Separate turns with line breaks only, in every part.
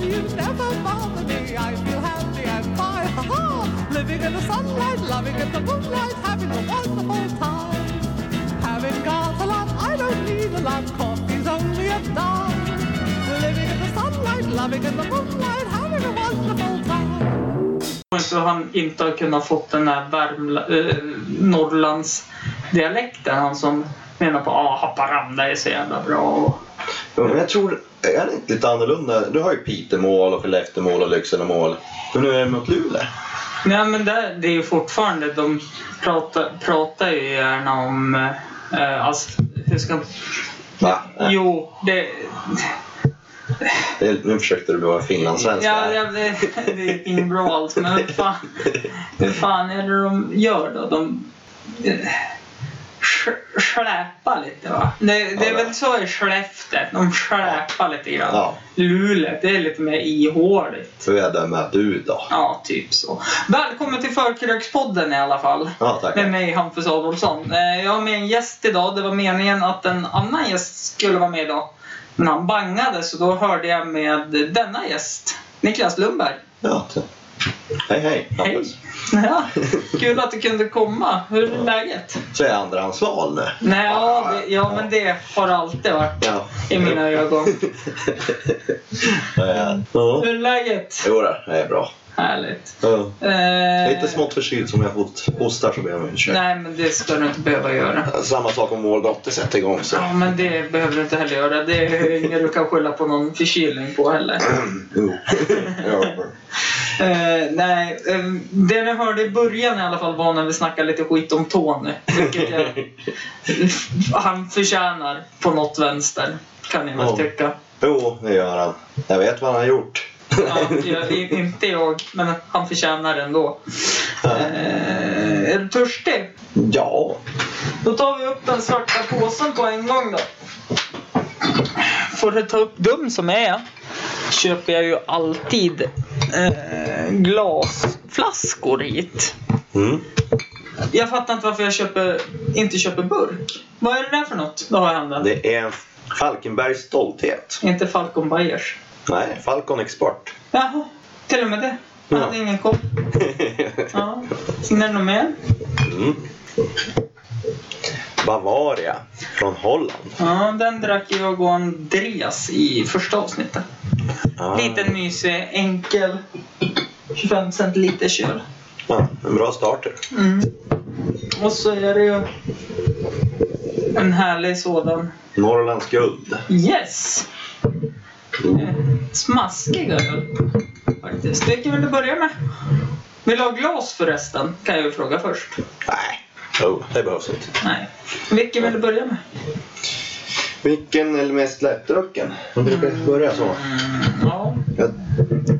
dreams never bother me. I feel happy and fine. Ha ha! Living in the sunlight, loving in the moonlight, having a wonderful time. Having got a lot, I don't need a lot. Coffee's only a dime. Living in the sunlight, loving in the moonlight, having a wonderful time.
så han inte har kunnat fått den här Värmla, eh, Norrlandsdialekten. Han som menar på ah, Haparanda är så jävla bra. Och,
Jo, men jag tror, är det inte lite annorlunda? Du har ju Pitemål och Skelleftemål och Lyckselemål. Men nu är det mot Luleå.
nej men det, det är ju fortfarande, de pratar, pratar ju gärna om, eh, alltså, hur ska
Va?
Jo, det...
Det- Nu försökte du vara finlandssvensk.
Ja,
där.
jag, vet, det är inget bra alls, men hur fan, hur fan är det de gör då? De... eh, sch- Släpar lite va? Det, det är
Ja,
väl
det.
så i Skellefteå, de släpar lite grann.
Ja,
Luleå, det är lite mer ihåligt.
så jag dömer du då.
Ja, typ så. Välkommen till Förkrökspodden i alla fall.
Ja, tack.
Med mig Hampus Adolfsson. Eh, Jag har med en gäst idag. Det var meningen att en annan gäst skulle vara med idag. Men han bangade så då hörde jag med denna gäst. Niklas Lundberg.
Ja, så. Hej, hej. Hampus.
Ja, kul att du kunde komma. Hur är läget?
Så är jag andrahandsval nu.
Nej, ja, det, ja, men det har det alltid varit
Ja.
i mina ögon.
Ja. Ja.
Hur är läget?
Jo då, Eh, det är bra.
Härligt.
Ja.
Eh,
Lite smått förkyld som jag fått hostar så ber jag om ursäkt.
Nej, men det ska du inte behöva göra.
Samma sak om vår dotter sätter igång så.
Ja, men det behöver du inte heller göra. Det är inget du kan skylla på någon förkylning på heller.
Jo. Ja.
Eh, nej, eh, det ni hörde i början i alla fall var när vi snackade lite skit om Tony. Vilket jag, han förtjänar på något vänster, kan ni väl
Ja.
tycka.
Jo, det gör han. Jag vet vad han har gjort.
Ja, jag, inte jag, men han förtjänar det ändå. Eh, är du törstig?
Ja.
Då tar vi upp den svarta påsen på en gång då. Får du ta upp dum som jag är köper jag ju alltid eh, glasflaskor hit.
Mm.
Jag fattar inte varför jag köper, inte köper burk. Vad är det där för något? Då har jag handen.
Det är Falkenbergs stolthet.
Inte Falcon Bayers.
Nej, Falcon Export.
Jaha, till och med det. Jag hade
Ja.
ingen koll. Ja. Sen är det något mer?
Mm. Bavaria från Holland.
Ja, den drack jag och Andreas i första avsnittet.
Ah.
Liten mysig, enkel. 25 centiliter köl.
Ja, en bra starter.
Mm. Och så är det ju en härlig sådan.
Norrlands guld.
Yes! Eh,
Mm.
Smaskig öl faktiskt. Vilken vill du börja med? Vill du ha glas förresten? Kan jag ju fråga först.
Nej, jo, det behövs inte.
Nej. Vilken vill du börja med?
Vilken är mest lättdrucken? Man brukar börja så.
Mm, ja.
Jag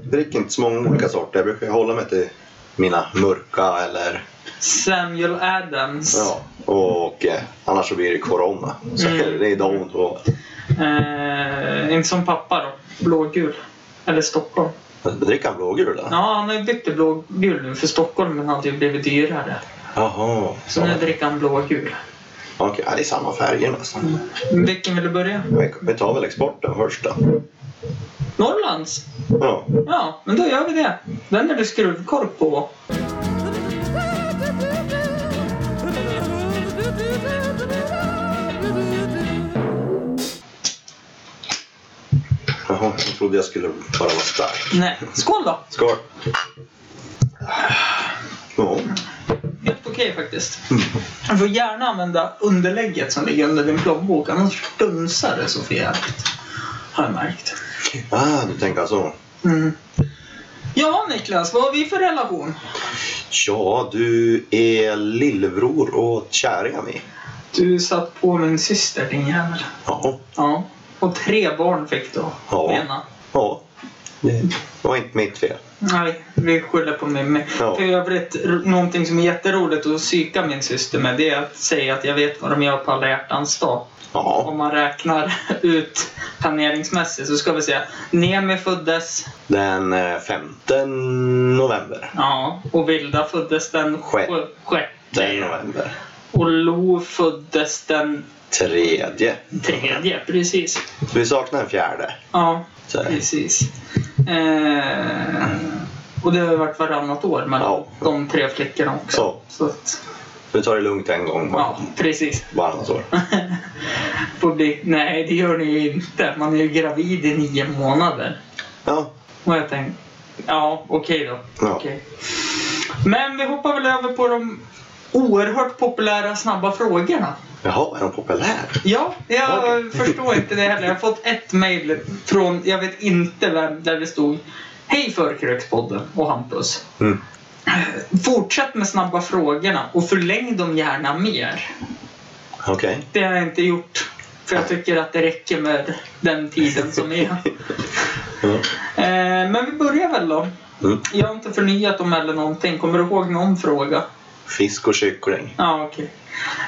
dricker inte så många olika sorter. Jag brukar hålla mig till mina mörka eller...
Samuel Adams.
Ja, och eh, annars så blir det corona. Så
Mm.
det är de två.
Eh, inte som pappa då. Blågul. Eller Stockholm.
Dricker han blågul då?
Ja, han har ju bytt till blågul nu för Stockholm men hade ju blivit dyrare.
Jaha.
Så nu dricker han blågul.
Okej, ja, det är samma färger nästan.
Vilken vill du börja?
Vi- Vi tar väl exporten först då.
Norrlands?
Ja.
Ja, men då gör vi det. Den är det skruvkork på.
Jaha, jag trodde jag skulle bara vara stark.
Nej. Skål då!
Skål! Ja.
Helt okej faktiskt. Du får gärna använda underlägget som ligger under din plånbok, annars dunsar det så förjävligt. Har jag märkt.
Ah, du tänker så.
Mm. Ja, Niklas, vad har vi för relation?
Ja, du är lillebror och käringar med.
Du satt på min syster, din jävel.
Ja.
Ja. Och tre barn fick du.
Ja.
Ena.
Ja. Det var inte mitt fel.
Nej, vi skyller på mig.
Ja.
För övrigt, r- någonting som är jätteroligt att psyka min syster med, det är att säga att jag vet vad de gör på alla hjärtans dag.
Ja,
Om man räknar ut planeringsmässigt så ska vi säga Nemi föddes,
den eh, 5 november.
ja, och Vilda föddes den
Sjätte.
sj- sjätte.
Den november.
Och Lo föddes den
Tredje.
tredje, precis.
Så vi saknar en fjärde.
Ja,
Så här.
precis. Eh, och det har ju varit varannat år mellan
Ja.
de tre flickorna också.
Så,
Så att,
vi tar det lugnt en gång
ja,
bara.
precis.
varannat år.
Får bli, nej, det gör ni ju inte. Man är ju gravid i nio månader.
Ja,
Och jag tänkte, ja okej då.
Ja.
Okej. Men vi hoppar väl över på de oerhört populära snabba frågorna.
jaha, är de populär?
Ja, jag
Oj.
förstår inte det heller. Jag har fått ett mejl från, jag vet inte vem, där det stod Hej Förkrökspodden och Hampus.
Mm.
Fortsätt med snabba frågorna och förläng dem gärna mer.
Okej.
Det har jag inte gjort. För jag tycker att det räcker med den tiden som är.
Mm.
Eh, men vi börjar väl då.
Mm.
Jag har inte förnyat dem eller någonting. Kommer du ihåg någon fråga?
Fisk och kyckling.
Ja, okej.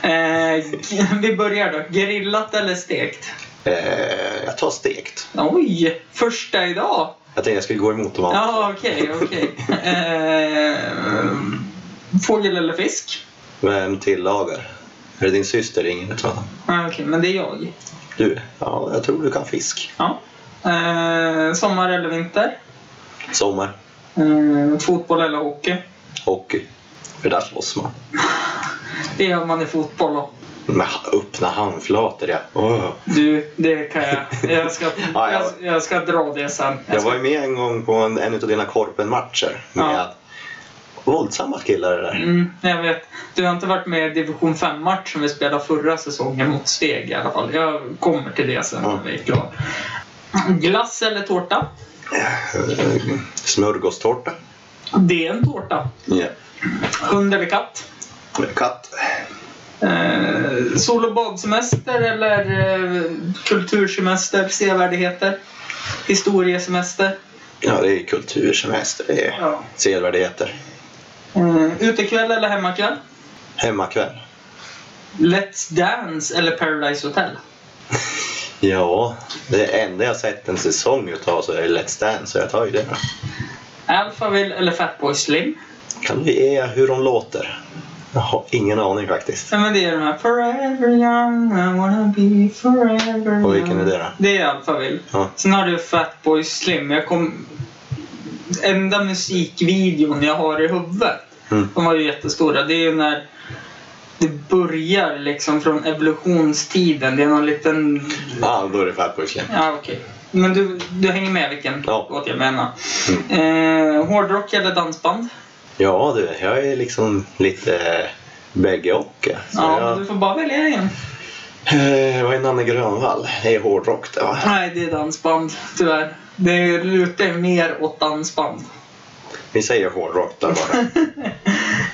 Eh, vi börjar då. Grillat eller stekt?
Eh, jag tar stekt.
Oj! Första idag!
Jag tänkte jag skulle gå emot dem andra.
Ja, okej, okej. Eh, fågel eller fisk?
Vem tillagar? Är det din syster ringer? Tror jag.
Ja, Okej, men det är jag.
Du? Ja, jag tror du kan fisk.
Ja. Eh, sommar eller vinter?
Sommar.
Eh, fotboll eller hockey?
Hockey. För där slåss man.
Det gör man i fotboll då.
Med ha- öppna handflator, ja. Åh.
Du, det kan jag. Jag ska,
ja.
jag, jag ska dra det sen.
Jag
Jag ska,
var ju med en gång på en, en av dina korpenmatcher med
Ja.
våldsamma killar det där.
mm, jag vet. Du har inte varit med i division 5-match som vi spelade förra säsongen mot Steg i alla fall. Jag kommer till det sen när
Ja.
vi är klara. Glass eller tårta?
Eh, Smörgåstårta.
Det är en tårta.
Ja.
Hund eller katt?
Katt.
Eh, sol och badsemester eller eh, kultursemester, sevärdheter, historiesemester.
Ja, det är kultursemester. Det är
Ja.
sevärdheter.
Eh, utekväll eller hemmakväll?
Hemmakväll.
Let's Dance eller Paradise Hotel?
Ja, det enda jag sett en säsong utav så är Let's Dance, så jag tar ju det. då.
Alphaville eller Fatboy Slim?
Kan du ge hur de låter? Jag har ingen aning faktiskt.
Ja, men det är de här Forever young, I wanna be forever young.
Och vilken är det då?
Det är Alphaville.
Ja.
Sen har du Fatboy Slim. Jag kom... Enda musikvideon jag har i huvudet.
Mm.
De var ju jättestora. Det är ju när det börjar liksom från evolutionstiden. Det är någon liten...
Ja, då är det Fatboy Slim.
Ja, okej. Men du, du hänger med vilken
Ja. Mm.
låt jag menar. Eh, hårdrock eller dansband?
Ja du, jag är liksom lite eh, bägge och. eh. Så
Ja, men
jag,
du får bara välja en.
eh, vad är Nanne Grönvall? Det är hårdrock det va?
Nej, det är dansband tyvärr. Det lutar ju mer åt dansband.
Vi säger hårdrock där bara.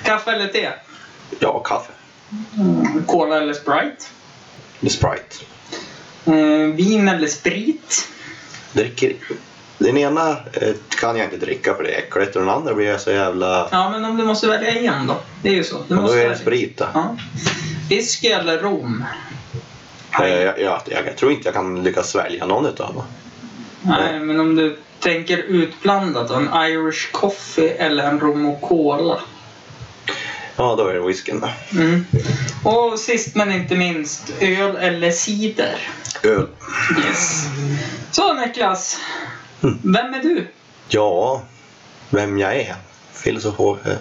Kaffe eller te?
Ja, kaffe.
Cola eller Sprite?
Med Sprite.
Eh, vin eller sprit?
Dricker... Den ena eh, kan jag inte dricka för det är äckligt och den andra blir jag så jävla...
Ja, men om du måste välja en då. Det är ju så. Du
Men då
måste
är det
välja.
sprit då.
Ja. Whisky eller rom?
Eh, Jag, jag, jag, jag tror inte jag kan lyckas svälja någon utav dem.
Nej, men om du tänker utblandat då. En Irish coffee eller en rom och cola.
Ja, då är det whiskyn då.
Mm. Och sist men inte minst, öl eller cider.
Öl.
Yes. Så Niklas, vem är du?
Ja, vem jag är. Filosof... eh,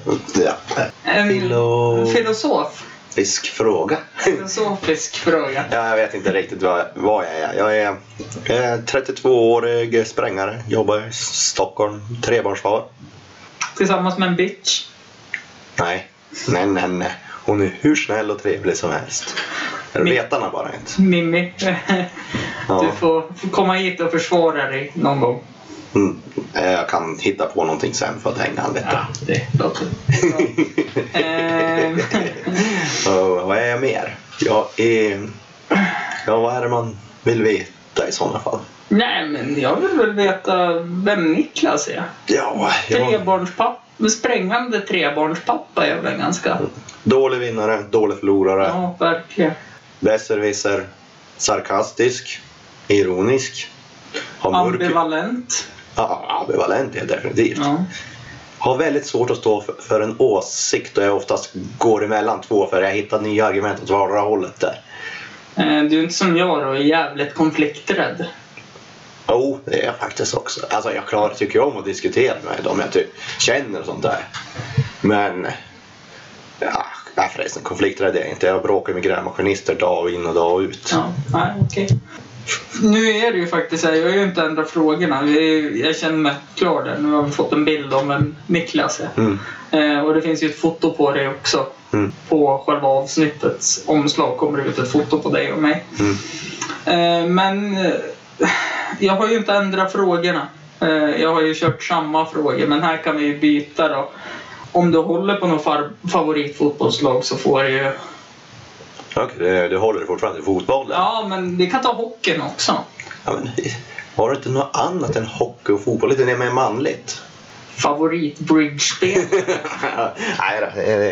Ja.
En
Filo-
filosof.
Fisk fråga.
Filosofisk fråga.
Ja, jag vet inte riktigt vad, vad jag är. Jag är, eh, 32-årig sprängare, jobbar i Stockholm, trebarnsfar.
Tillsammans med en bitch.
Nej, nej, nej, nej. Hon är hur snäll och trevlig som helst.
Min-
Retarna bara inte.
Mimmi. Du
Ja.
får får komma hit och försvara dig någon gång.
Mm. Eh, Jag kan hitta på någonting sen för att hänga an lite.
Ja, det låter bra. Ehm,
Och vad är jag mer? Jag är... Ja, vad är det man vill veta i sådana fall?
Nej, men jag vill väl veta vem Niklas är.
Ja, jag...
Trebarnspappa, sprängande trebarnspappa är väl ganska...
Dålig vinnare, dålig förlorare.
Ja, verkligen.
besserwisser, sarkastisk, ironisk, har mörk...
Ambivalent.
Ja, ambivalent är jag definitivt.
Ja.
Har väldigt svårt att stå för, för en åsikt och jag oftast går emellan två för jag hittar nya argument åt vardera hållet där.
Eh, Du är inte som jag då, är jävligt konflikträdd.
Jo, det är jag faktiskt också. Alltså jag klarar, tycker om att diskutera med dem jag typ känner och sånt där. Men... Ja, nej, förresten, konflikträdd är jag inte. Jag bråkar med grävmaskinister dag in och dag ut.
Ja, nej, okej. Nu är det ju faktiskt så här, jag har ju inte ändrat frågorna. Vi- Jag känner mig klar där. Nu har vi fått en bild om en Niklas. Ja.
Mm.
Eh, och det finns ju ett foto på dig också.
Mm.
På själva avsnittets omslag kommer det ut ett foto på dig och mig.
Mm.
Eh, men eh, jag har ju inte ändrat frågorna. Eh, jag har ju kört samma frågor, men här kan vi ju byta då. Om du håller på något far- favoritfotbollslag så får du ju...
Okej, du, du håller dig fortfarande i fotbollen?
Ja, men vi kan ta hockeyn också.
Ja, men, har du inte något annat än hockey och fotboll? Lite mer manligt?
Favorit bridge-spel.
Nej då, eh,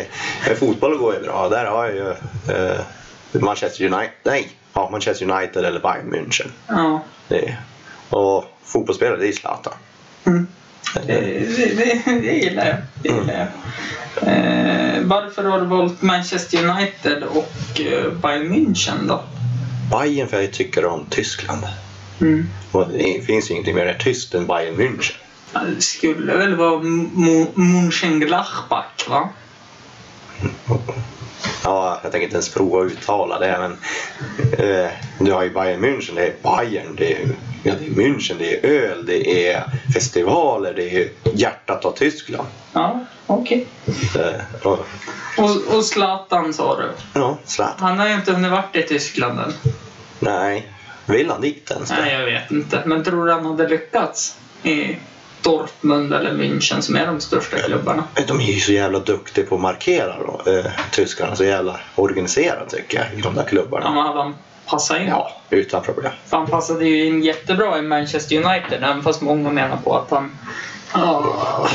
eh, fotboll går ju bra. Där har jag ju eh, Manchester United. Nej, ja, Manchester United eller Bayern München.
ja.
Det är, och fotbollsspelare, det är ju Zlatan.
Mm. Det, det, det gillar jag. Det gillar jag. Eh, varför har du valt Manchester United och eh, Bayern München då?
Bayern för jag tycker om Tyskland.
Mm.
Och det finns ju ingenting mer tyskt än Bayern München.
Ja, Det skulle väl vara Mo- Mönchengladbach va?
Ja, jag tänker inte ens prova att uttala det, men eh, du har ju Bayern München, det är Bayern, det är, ja, det är München, det är öl, det är festivaler, det är hjärtat av Tyskland.
Ja, okej.
Eh, och,
Och, och Zlatan sa du.
ja, Zlatan.
Han har ju inte hunnit varit i Tyskland än.
Nej, vill han dit ens?
Nej, jag vet inte. Men tror du han hade lyckats i Dortmund eller München som är de största klubbarna?
De är ju så jävla duktiga på att markera då, eh, tyskarna, så jävla organiserade tycker jag i de där
Ja,
klubbarna.
men hade han passat in?
Ja, utan problem.
För han passade ju in jättebra i Manchester United, även fast många menar på att han ja,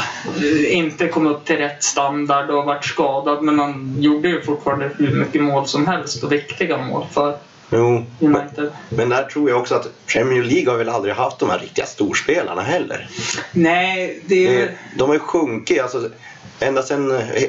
inte kom upp till rätt standard och varit skadad. Men han gjorde ju fortfarande hur mycket mål som helst och viktiga mål för
Jo, men,
United.
men där tror jag också att Premier League har väl aldrig haft de här riktiga storspelarna heller.
Nej, det är
Det,
väl...
de har ju sjunkit. Alltså, ända sedan eh, eh,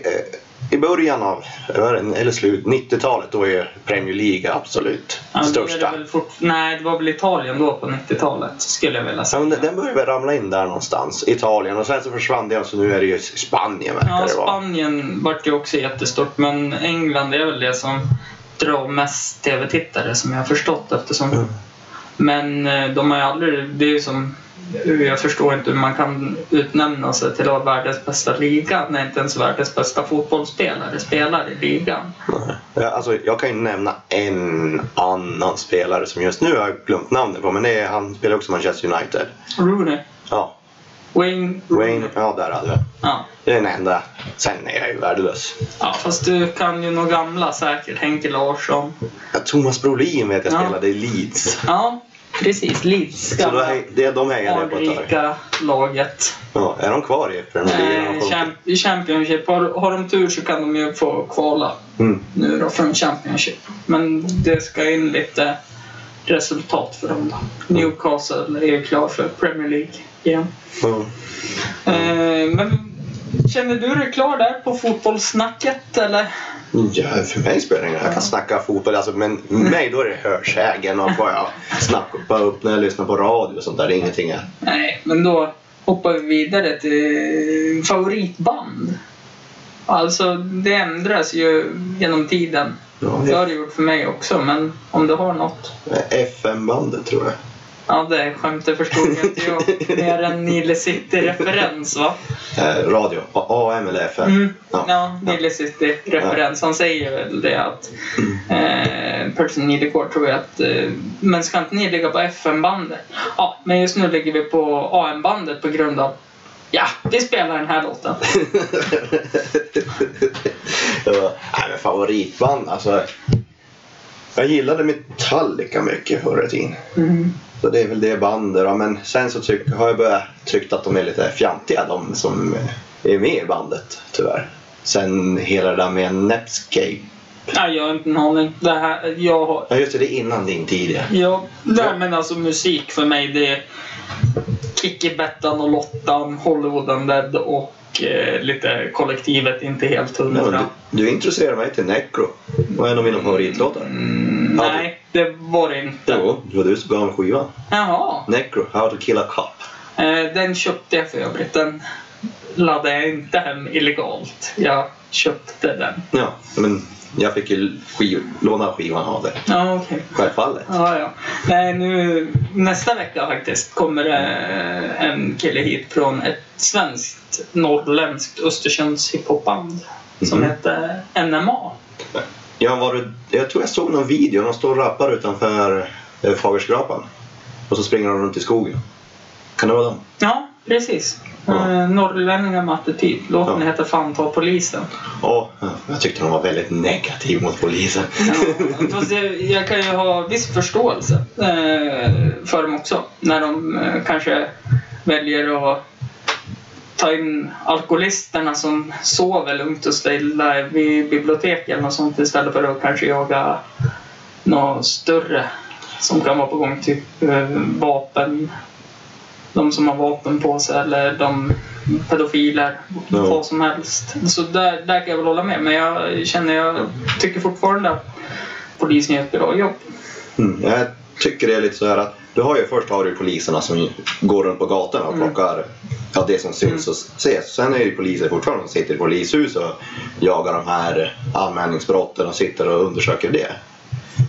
i början av, vad är det, eller slut, 90-talet då är Premier League absolut
Ja, det är
största.
väl fort- Nej, det var väl Italien då på 90-talet, skulle jag vilja
Ja, men
säga.
den- den började väl ramla in där någonstans. Italien och sen så försvann den så nu är det ju Spanien verkar
Ja,
det vara.
Spanien vart ju också jättestort, men England är väl det som drar mest tv-tittare som jag har förstått eftersom
Mm.
Men eh, de har ju aldrig, det är ju som, jag förstår inte hur man kan utnämna sig till att vara världens bästa liga när inte ens världens bästa fotbollsspelare spelar i ligan.
Ja, Alltså, jag kan ju nämna en annan spelare som just nu har jag glömt namnet på men det är, han spelar också i Manchester United.
Rooney,
Ja,
Wayne,
Wayne, ja där hade vi
Ja.
Det är den enda. Sen är jag ju värdelös.
ja, fast du kan ju några gamla säkert, Henke Larsson.
Ja, Thomas Brolin vet jag
Ja.
spelade i Leeds.
Ja, precis, Leeds
Så då
gamla
är, det är de hejar jag på ett tag.
anrika laget.
Ja, är de kvar i Premier League? Är de
Eh,
sjunkit?
champ- I Championship, har, har de tur så kan de ju få kvala
Mm.
nu då från Championship. Men det ska in lite resultat för dem då. Newcastle är ju klar för Premier League igen.
Mm.
Eh, men känner du dig klar där på fotbollssnacket eller?
Ja, för mig spelar det ingen roll. Jag kan snacka fotboll. Alltså, men mig då är det hörsägen och vad jag snackar upp när jag lyssnar på radio och sånt där. Det är ingenting jag...
Nej, men då hoppar vi vidare till favoritband. Alltså, det ändras ju genom tiden.
Ja,
Det har det gjort för mig också, men om du har något?
FM-bandet tror jag.
Ja, det skämtet förstod jag inte jag. Mer en Nile City-referens, va?
Eh, radio. A- AM eller FM?
Mm.
Ja.
Ja, Nile City-referens. Han säger väl det att... Eh, Person Nilegård tror jag att... Eh, men ska inte ni ligga på FM-bandet? Ja, men just nu ligger vi på AM-bandet på grund av... Ja, vi spelar den här låten.
ja. Nej, men favoritband alltså. Jag gillade Metallica mycket förr i tiden. Så det är väl det bandet då. Men sen så tyck, har jag börjat tyckt att de är lite fjantiga de som eh, är med i bandet tyvärr. Sen hela det där med Netscape.
Ja, jag har inte en aning. Det här, jag har
Ja just det, det är innan din tid ja.
Ja, nej men alltså musik för mig det är Kikki, Bettan och Lottan, Hollywood Undead och eh, lite kollektivet Inte helt
Nej, men
hundra.
du, du intresserar mig till Necro. Och en av mina favoritlåtar.
Mm,
Ja, du-
nej, Det var det inte.
Jo, det var du som började med skivan.
Jaha.
Necro, How to kill a cop.
Eh, Den köpte jag för övrigt. Den laddade jag inte hem illegalt. Jag köpte den.
Ja, men jag fick ju skiv, låna skivan av det.
Ja, okej.
Självfallet.
Ja, ja. Nej, nu, nästa vecka faktiskt kommer eh, en kille hit från ett svenskt, norrländskt Östersunds hiphopband som
Mhm.
heter NMA.
Jag, var, jag tror jag såg någon video. De står och rappar utanför eh, Fagerskrapan. Och så springer de runt i skogen. Kan det vara dem?
Ja, precis.
Ja.
Eh, Norrlänningar med attityd. Låten
Ja.
heter Fan ta polisen.
Ja, jag tyckte de var väldigt negativ mot polisen.
Ja, fast jag, jag kan ju ha viss förståelse eh, för dem också. När de eh, kanske väljer att ta in alkoholisterna som sover lugnt och stilla vid biblioteken och sånt istället för att kanske jaga något större som kan vara på gång. Typ eh, vapen. De som har vapen på sig eller de pedofiler.
Ja.
Vad som helst. Så där, där kan jag väl hålla med. Men jag känner, jag tycker fortfarande att polisen gör ett bra jobb.
Mm, jag tycker det är lite så här att du har ju först har du poliserna som går runt på gatorna och
Mm.
plockar ja, det som syns och ses. Sen är det ju poliser fortfarande som sitter i polishus och jagar de här anmälningsbrotten och sitter och undersöker det.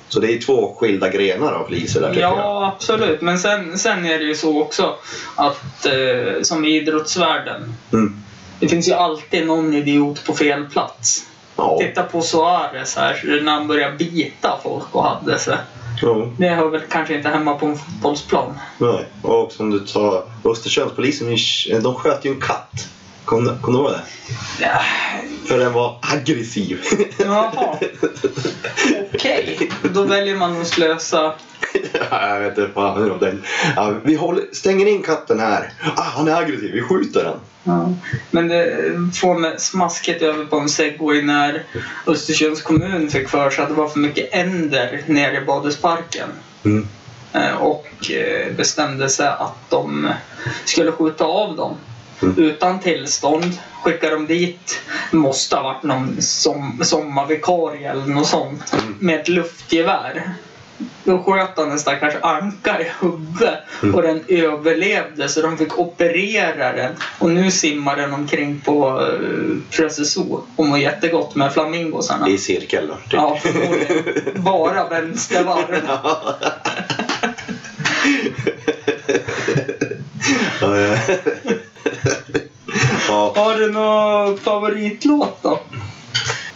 Så det är två skilda grenar av poliser där tycker jag.
Ja, absolut. Men sen, sen är det ju så också att eh, som i idrottsvärlden.
Mm.
Det finns ju alltid någon idiot på fel plats.
Ja,
Titta på Suarez här när han började bita folk och hade sig.
jo,
Det hör väl kanske inte hemma på en fotbollsplan.
nej. Och som du tar Östersundspolisen, de sköt ju en katt. Kommer kom du ihåg det?
Ja,
För den var aggressiv.
Jaha, okej. Då väljer man att slösa.
Ja, jag vet inte fan hur de tänkte. Ja, vi håller, stänger in katten här. Ah, han är aggressiv, vi skjuter den.
Ja. Men det får mig smaskigt över på en segway när Östersunds kommun fick för sig att det var för mycket änder nere i badhusparken.
Mm.
Eh, och eh, bestämde sig att de skulle skjuta av dem.
Mm.
Utan tillstånd skickar de dit, måste ha varit någon som, sommarvikarie eller något sånt, med ett luftgevär. Då sköt han en stackars anka i huvudet och den överlevde så de fick operera den. Och nu simmar den omkring på eh, Frösöso och mår jättegott med flamingosarna.
I cirkel då. Typ.
Ja, förmodligen. Bara vänstervarv.
Ja, ja. ja,
Har du någon favoritlåt då?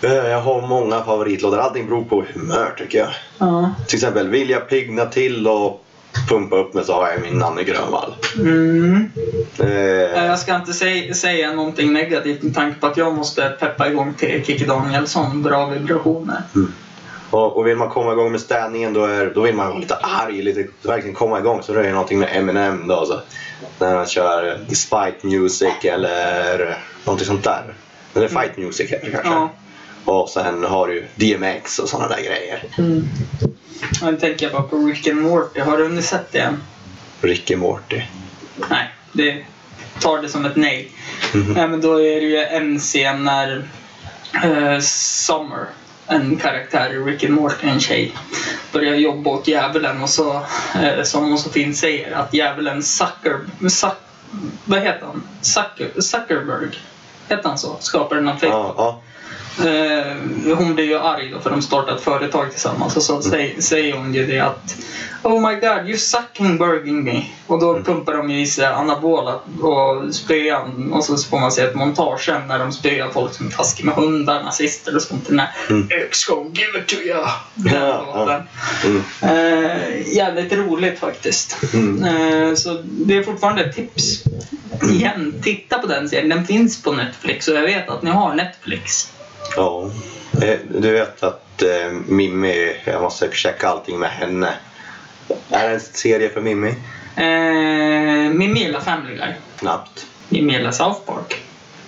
eh, jag har många favoritlådor. Allting beror på humör tycker jag.
Ja.
Till exempel vill jag pigna till och pumpa upp mig så har jag min Nanne Grönvall.
Mm.
Eh,
Eh, Jag ska inte sä- säga någonting negativt med tanke på att jag måste peppa igång till Kikki Danielsson. Bra vibrationer.
Och, och vill man komma igång med städningen då, är, då vill man vara lite arg, lite, verkligen komma igång. Så då är det någonting med Eminem då. Så, när han kör eh, Spike Music eller någonting sånt där. Eller Fight Music heter det kanske.
Ja.
Och sen har du DMX och sådana där grejer.
Nu tänker jag bara på Rick and Morty. Har du sett det än?
Ricky Morty.
Nej, det tar det som ett nej. Nej, men då är det ju en scen när eh, Summer, en karaktär i Rick and Morty, en tjej, börjar jobba åt djävulen och så, eh, som hon så fint säger, att djävulen Zucker... Zuck, vad heter han? Zucker, Zuckerberg? Heter han så? Skaparen av Facebook.
Ja, ja.
Eh, hon blir ju arg då för de startar ett företag tillsammans och så
Mm.
säger, säger hon ju det att Oh my god, you sucking burging me. Och
Mm.
då pumpar de ju i sig anabola och spöan och så får man se ett montage sen när de spöar folk som är taskiga med hundar, nazister och sånt. Den där
Mm.
X gonna give it to you. Den
Ja,
låten.
Mm.
Eh, jävligt roligt faktiskt.
Mm.
Eh, så det är fortfarande ett tips. Igen, titta på den serien. Den finns på Netflix och jag vet att ni har Netflix.
ja. Eh, Du vet att eh, Mimmi, jag måste checka allting med henne. Är det en serie för Mimmi?
Eh, Mimela Family Guy.
Knappt.
Mimela South Park.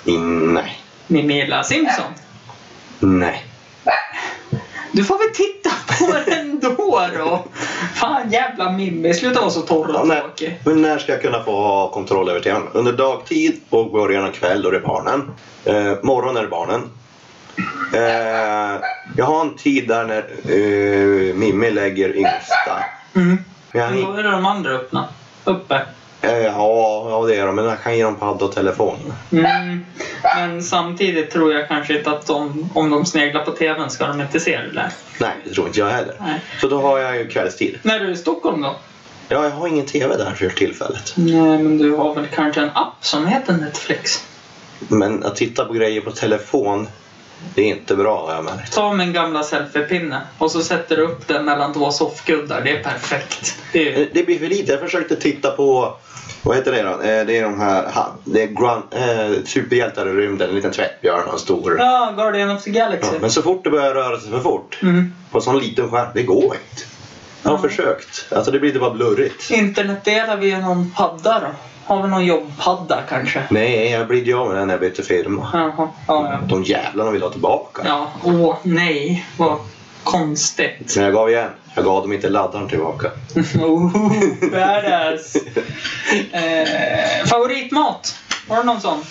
Mm, nej.
Mimela Simpson.
Nej.
Du får väl titta på den då då. Fan jävla Mimmi, sluta vara så torr
Ja,
och
när,
tråkig.
men när ska jag kunna få ha kontroll över tvn? Under dagtid och början av kväll då är det barnen. Eh, morgon är det barnen. Eh, jag har en tid där när eh, Mimmi lägger yngsta.
Mm.
Men jag,
Men
hin-
då är det de andra öppna. Uppe.
eh, ja, ja, det är de. Men jag kan ge dem padda och telefon.
Mm. Men samtidigt tror jag kanske inte att de, om de sneglar på TVn ska de inte se det där.
Nej, det tror inte jag heller.
Nej.
Så då har jag ju kvällstid.
När du är i Stockholm då?
Ja, jag har ingen TV där för tillfället.
Nej, men du har väl kanske en app som heter Netflix?
Men att titta på grejer på telefon, det är inte bra har jag märkt.
Ta min gamla selfiepinne och så sätter du upp den mellan två soffkuddar. Det är perfekt. Det är,
Eh, Det blir för lite. Jag försökte titta på, vad heter det då? Eh, Det är de här, han- det är grun, eh, superhjältar i rymden, en liten tvättbjörn och en stor.
ja, Guardian of the Galaxy.
Ja, men så fort det börjar röra sig för fort,
Mm.
på en sån liten skärm, det går inte. Jag har
Ja.
försökt. Alltså det blir lite bara blurrigt.
Internet delar vi någon padda då? Har vi någon jobbpadda kanske?
Nej, jag blir ju av med den när jag byter firma.
Jaha, ja, ja.
De jävlarna vill ha tillbaka.
Ja, åh nej, vad konstigt.
Men jag gav igen. Jag gav dem inte laddaren tillbaka.
Oh, badass. Eh, favoritmat? Har du någon sån?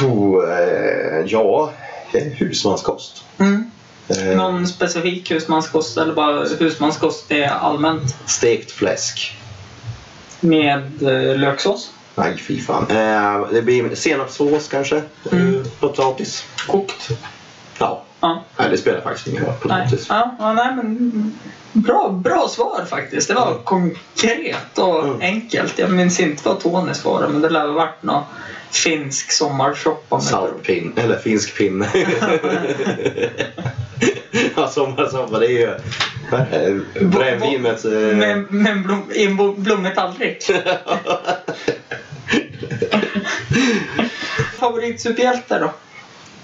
Eh, Ja, eh, husmanskost.
Mm.
Eh,
Någon specifik husmanskost eller bara husmanskost det är allmänt?
Stekt fläsk.
Med eh, löksås?
Nej, fy fan. Eh, Det blir senapssås kanske.
Mm.
Eh, Potatis.
Kokt?
Ja.
Ja.
Nej, det spelar faktiskt ingen roll.
Nej.
Potatis.
Ja, ja, nej men bra, bra svar faktiskt. Det var konkret och
Mm.
enkelt. Jag minns inte vad Tony svarade men det lär ha varit någon finsk sommarshoppa. med-
Saltpinne, eller finsk pinne. ja, sommar, sommar, det är ju eh, brännvin med... eh,
Med, med en blom, i en bo- blommig tallrik. Favoritsuperhjälte då?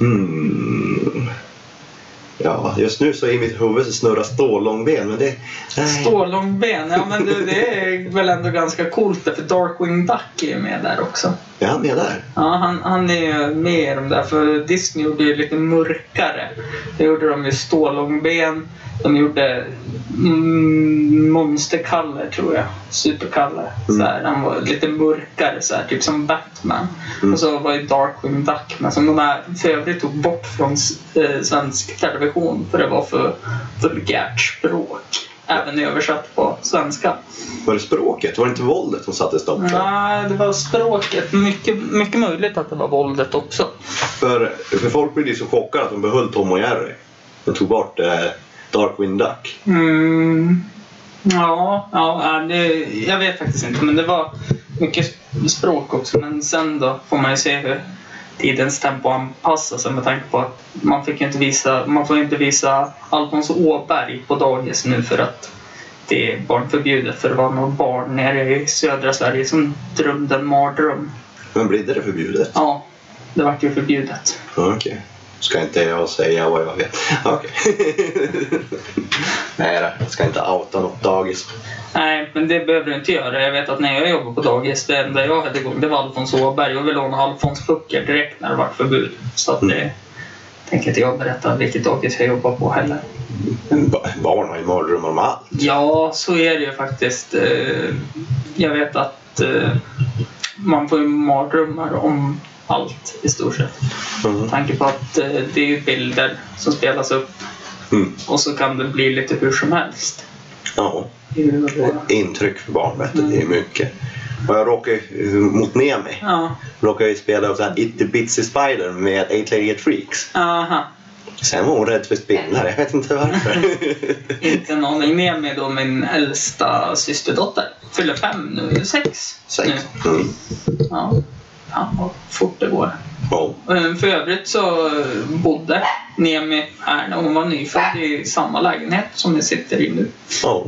Mm. Ja, just nu så i mitt huvud så snurrar stålångben, men det... Nej.
Stålångben. Ja men du, det är väl ändå ganska coolt där, för Darkwing Duck är ju med där också.
Ja, han är där.
Ja, han, han är ju med i de där för Disney gjorde ju lite mörkare. Då gjorde de ju Stålångben. De gjorde mm, Monsterkalle tror jag. Superkalle. Så här, han var lite mörkare så här, typ som Batman.
Mm.
Och så var ju Darkwing Duck men som de här för övrigt tog bort från eh, svensk television för det var för vulgärt språk. Även översatt på svenska.
Var det språket? Var det inte våldet som satte stopp för?
Nej, det var språket. Mycket, mycket möjligt att det var våldet också.
För, för folk blev ju så chockade att de behöll Tom och Jerry. De tog bort eh, Darkwing Duck.
Mm. Ja, ja det, jag vet faktiskt inte. Men det var mycket sp- språk också. Men sen då får man ju se hur tidens tempo anpassar sig med tanke på att man, fick ju inte visa, man får ju inte visa Alfons Åberg på dagis nu för att det är barnförbjudet. För det var några barn nere i södra Sverige som drömde en mardröm.
Men blev det förbjudet?
Ja, det vart ju förbjudet.
Ja, Okej. Ska inte jag säga vad jag vet? Okej. Nej då, jag ska inte outa något dagis.
Nej, men det behöver du inte göra. Jag vet att när jag jobbade på dagis, det enda jag hade igång det var Alfons Åberg och vi lånade Alfons böcker direkt när det var förbud. Så att det tänker inte jag berätta vilket dagis jag jobbar på heller.
Ba- Barn har ju mardrömmar om allt.
Ja, så är det ju faktiskt. Eh, Jag vet att eh, man får ju mardrömmar om allt i stort sett.
Mm.
Med tanke på att eh, det är ju bilder som spelas upp
Mm.
och så kan det bli lite hur som helst.
Ja.
i huvudet på en.
intryck för barn. Vet du. Det är mycket. Och jag råkar ju- eh, mot Nemi
Ja,
råkar ju spela upp så här It the Bitsy Spider med Eight Lady Eight Freaks.
aha.
Sen var hon rädd för spindlar. Jag vet inte varför.
Inte en aning med mig då min äldsta systerdotter. Fyller fem nu, sex.
Sex.
Nu.
Mm.
Ja. Fan vad fort det går.
Ja.
Ehm, För övrigt så bodde Nemi här när hon var nyfödd i samma lägenhet som vi sitter i nu.
Ja.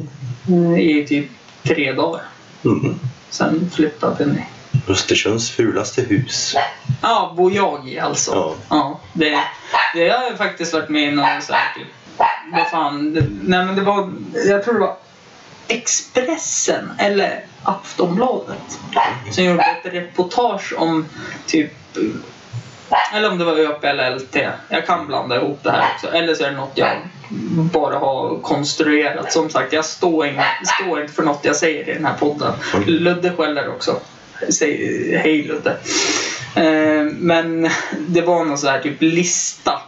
Ehm, I typ tre dagar.
Mm.
Sen flyttade ni.
Östersunds fulaste hus.
Ja, bor jag i alltså.
Ja.
det, det har jag faktiskt varit med i någon så här typ. Vad fan. Det, nej men det var, jag tror det var Expressen eller Aftonbladet. Som gjorde ett reportage om typ eller om det var ÖP eller LT. Jag kan blanda ihop det här också. Eller så är det något jag bara har konstruerat. Som sagt, jag står, in, står inte för något jag säger i den här podden. Ludde skäller också. Säg hej Ludde. Eh, Men det var någon så här typ lista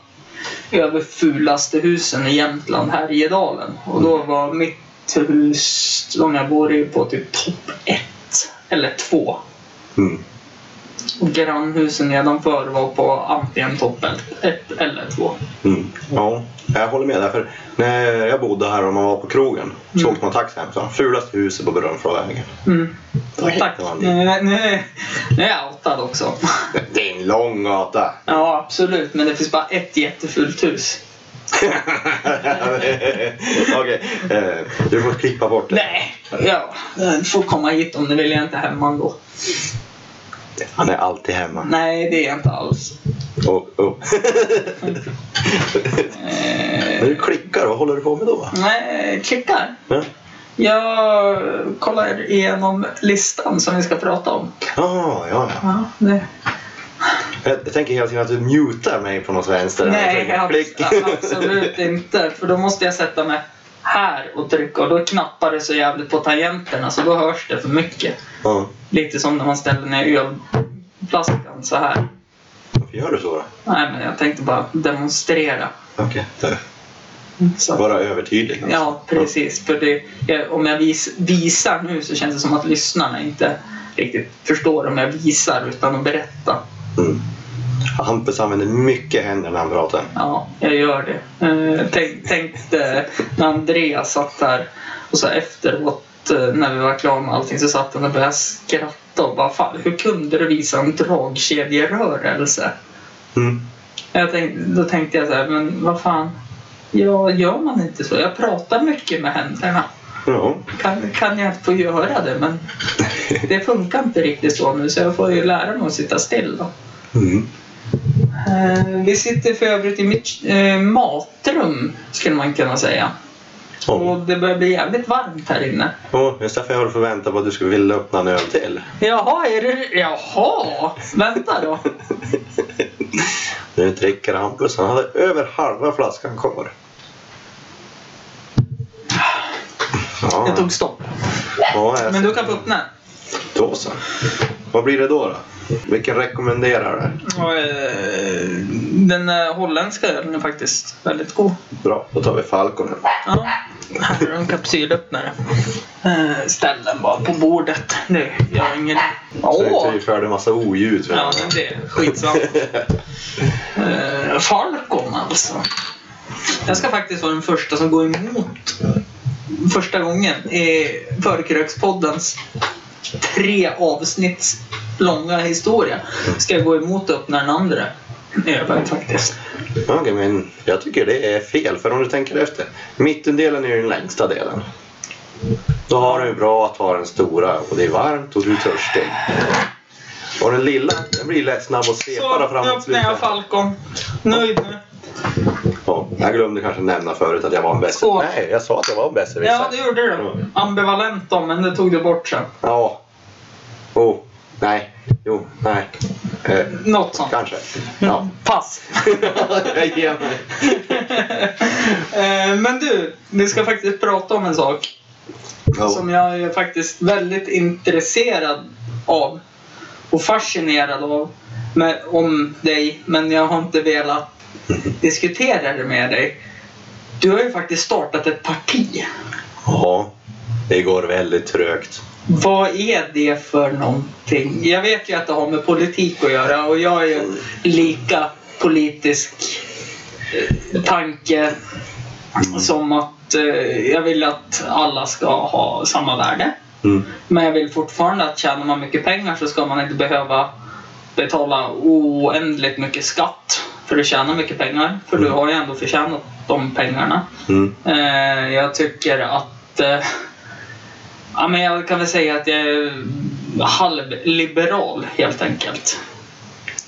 över fulaste husen i Jämtland, Härjedalen. Och då var mitt hus som jag bor i på typ topp ett eller två.
Mm.
Och grannhusen nedanför var på antingen topp ett- ett eller två.
Mm. Ja, jag håller med. Därför när jag bodde här och man var på krogen så åkte man taxi hem. Så fulaste huset på Brunnsjövägen.
Mm. Tack.
hittar man det.
Nu, nu, nu är jag outad också.
Det är en lång gata.
Ja, absolut. Men det finns bara ett jättefult hus.
Okej, eh, du får klippa bort det.
Nej, ja. Du får komma hit om du vill. Jag är inte hemma ändå.
Han är alltid hemma.
Nej, det är jag inte alls.
Och upp.
Eh,
När du klickar, vad håller du på med då?
nej, klickar.
Ja.
Jag kollar igenom listan som vi ska prata om.
Ah, ja, ja.
Ja, det.
Jag, jag tänker hela tiden att du mutar mig på något vänster. Jag
Nej,
tänker,
abs- absolut inte. För då måste jag sätta mig här och trycka och då knappar det så jävligt på tangenterna så då hörs det för mycket.
Ja.
Lite som när man ställer ner ölflaskan så här.
Varför gör du så då?
Nej, men jag tänkte bara demonstrera.
Okej.
Så.
Bara övertydlig. alltså.
Ja, precis. För det, jag- om jag vis, visar nu så känns det som att lyssnarna inte riktigt förstår om jag visar utan att berätta.
Mm. Hampus använder mycket händer när han pratar.
Ja, jag gör det. Eh, tänk, tänkte när Andreas satt här och så efteråt eh, när vi var klara med allting så satt han och började skratta och bara Fan, hur kunde du visa en dragkedjerörelse?
Mm.
Jag tänkte, då tänkte jag så här, men vad fan. Ja, gör man inte så? Jag pratar mycket med händerna.
Ja.
Kan, kan jag inte få göra det? Men det funkar inte riktigt så nu så jag får ju lära mig att sitta still då.
Mm.
Eh, Vi sitter för övrigt i mitt eh, matrum skulle man kunna säga.
Ja.
Och det börjar bli jävligt varmt här inne.
Ja, just därför jag höll förväntat på att du skulle vilja öppna en öl till.
Jaha, är det... Jaha! Vänta då.
Nu dricker Hampus. Han hade över halva flaskan kvar. Ja,
Det tog stopp.
ja, jag
Men
ser.
du kan få öppna.
Då så. Vad blir det då? då? Vilken rekommenderar du?
Och, eh, Den eh, holländska ölen är faktiskt väldigt god.
Bra, då tar vi Falconen.
Ja. Här har du en kapsylöppnare. Eh, Ställ den bara på bordet. Nu, jag har ingen...
Så
Åh!
oh. tillförde massa oljud. för
Ja,
den.
men det är skitsamma. Eh, Falcon alltså. Jag ska faktiskt vara den första som går emot första gången i Förkrökspoddens tre avsnitt långa historia. Ska jag gå emot och öppna den andra ölen faktiskt.
Okej, men jag tycker det är fel. För om du tänker efter. Mittendelen är ju den längsta delen. Då har du bra att ha den stora och det är varmt och du är törstig. Och den lilla, den blir lätt snabb och
Så,
svepar
nu
framåt
öppnar jag
slutet.
Falcon. Nöjd nu.
Ja, jag glömde kanske nämna förut att jag var en bässer.
Skål.
Nej, jag sa att jag var en besserwisser.
Ja, det gjorde du. Ambivalent då, men det tog du bort sen.
Ja. Oh. Nej. Jo. Nej. Eh,
Något sånt.
kanske. Ja.
Pass.
jag ger mig.
Eh, Men du, vi ska faktiskt prata om en sak.
Ja.
som jag är faktiskt väldigt intresserad av och fascinerad av med, om dig, men jag har inte velat diskutera det med dig. Du har ju faktiskt startat ett parti.
ja. Det går väldigt trögt.
Vad är det för någonting? Jag vet ju att det har med politik att göra och jag är ju lika politisk eh, tanke som att eh, jag vill att alla ska ha samma värde.
Mm.
Men jag vill fortfarande att tjänar man mycket pengar så ska man inte behöva betala oändligt mycket skatt för att tjäna mycket pengar. För du har ju ändå förtjänat de pengarna.
Mm.
Eh, jag tycker att... Eh, ja, men jag kan väl säga att jag är halvliberal helt enkelt.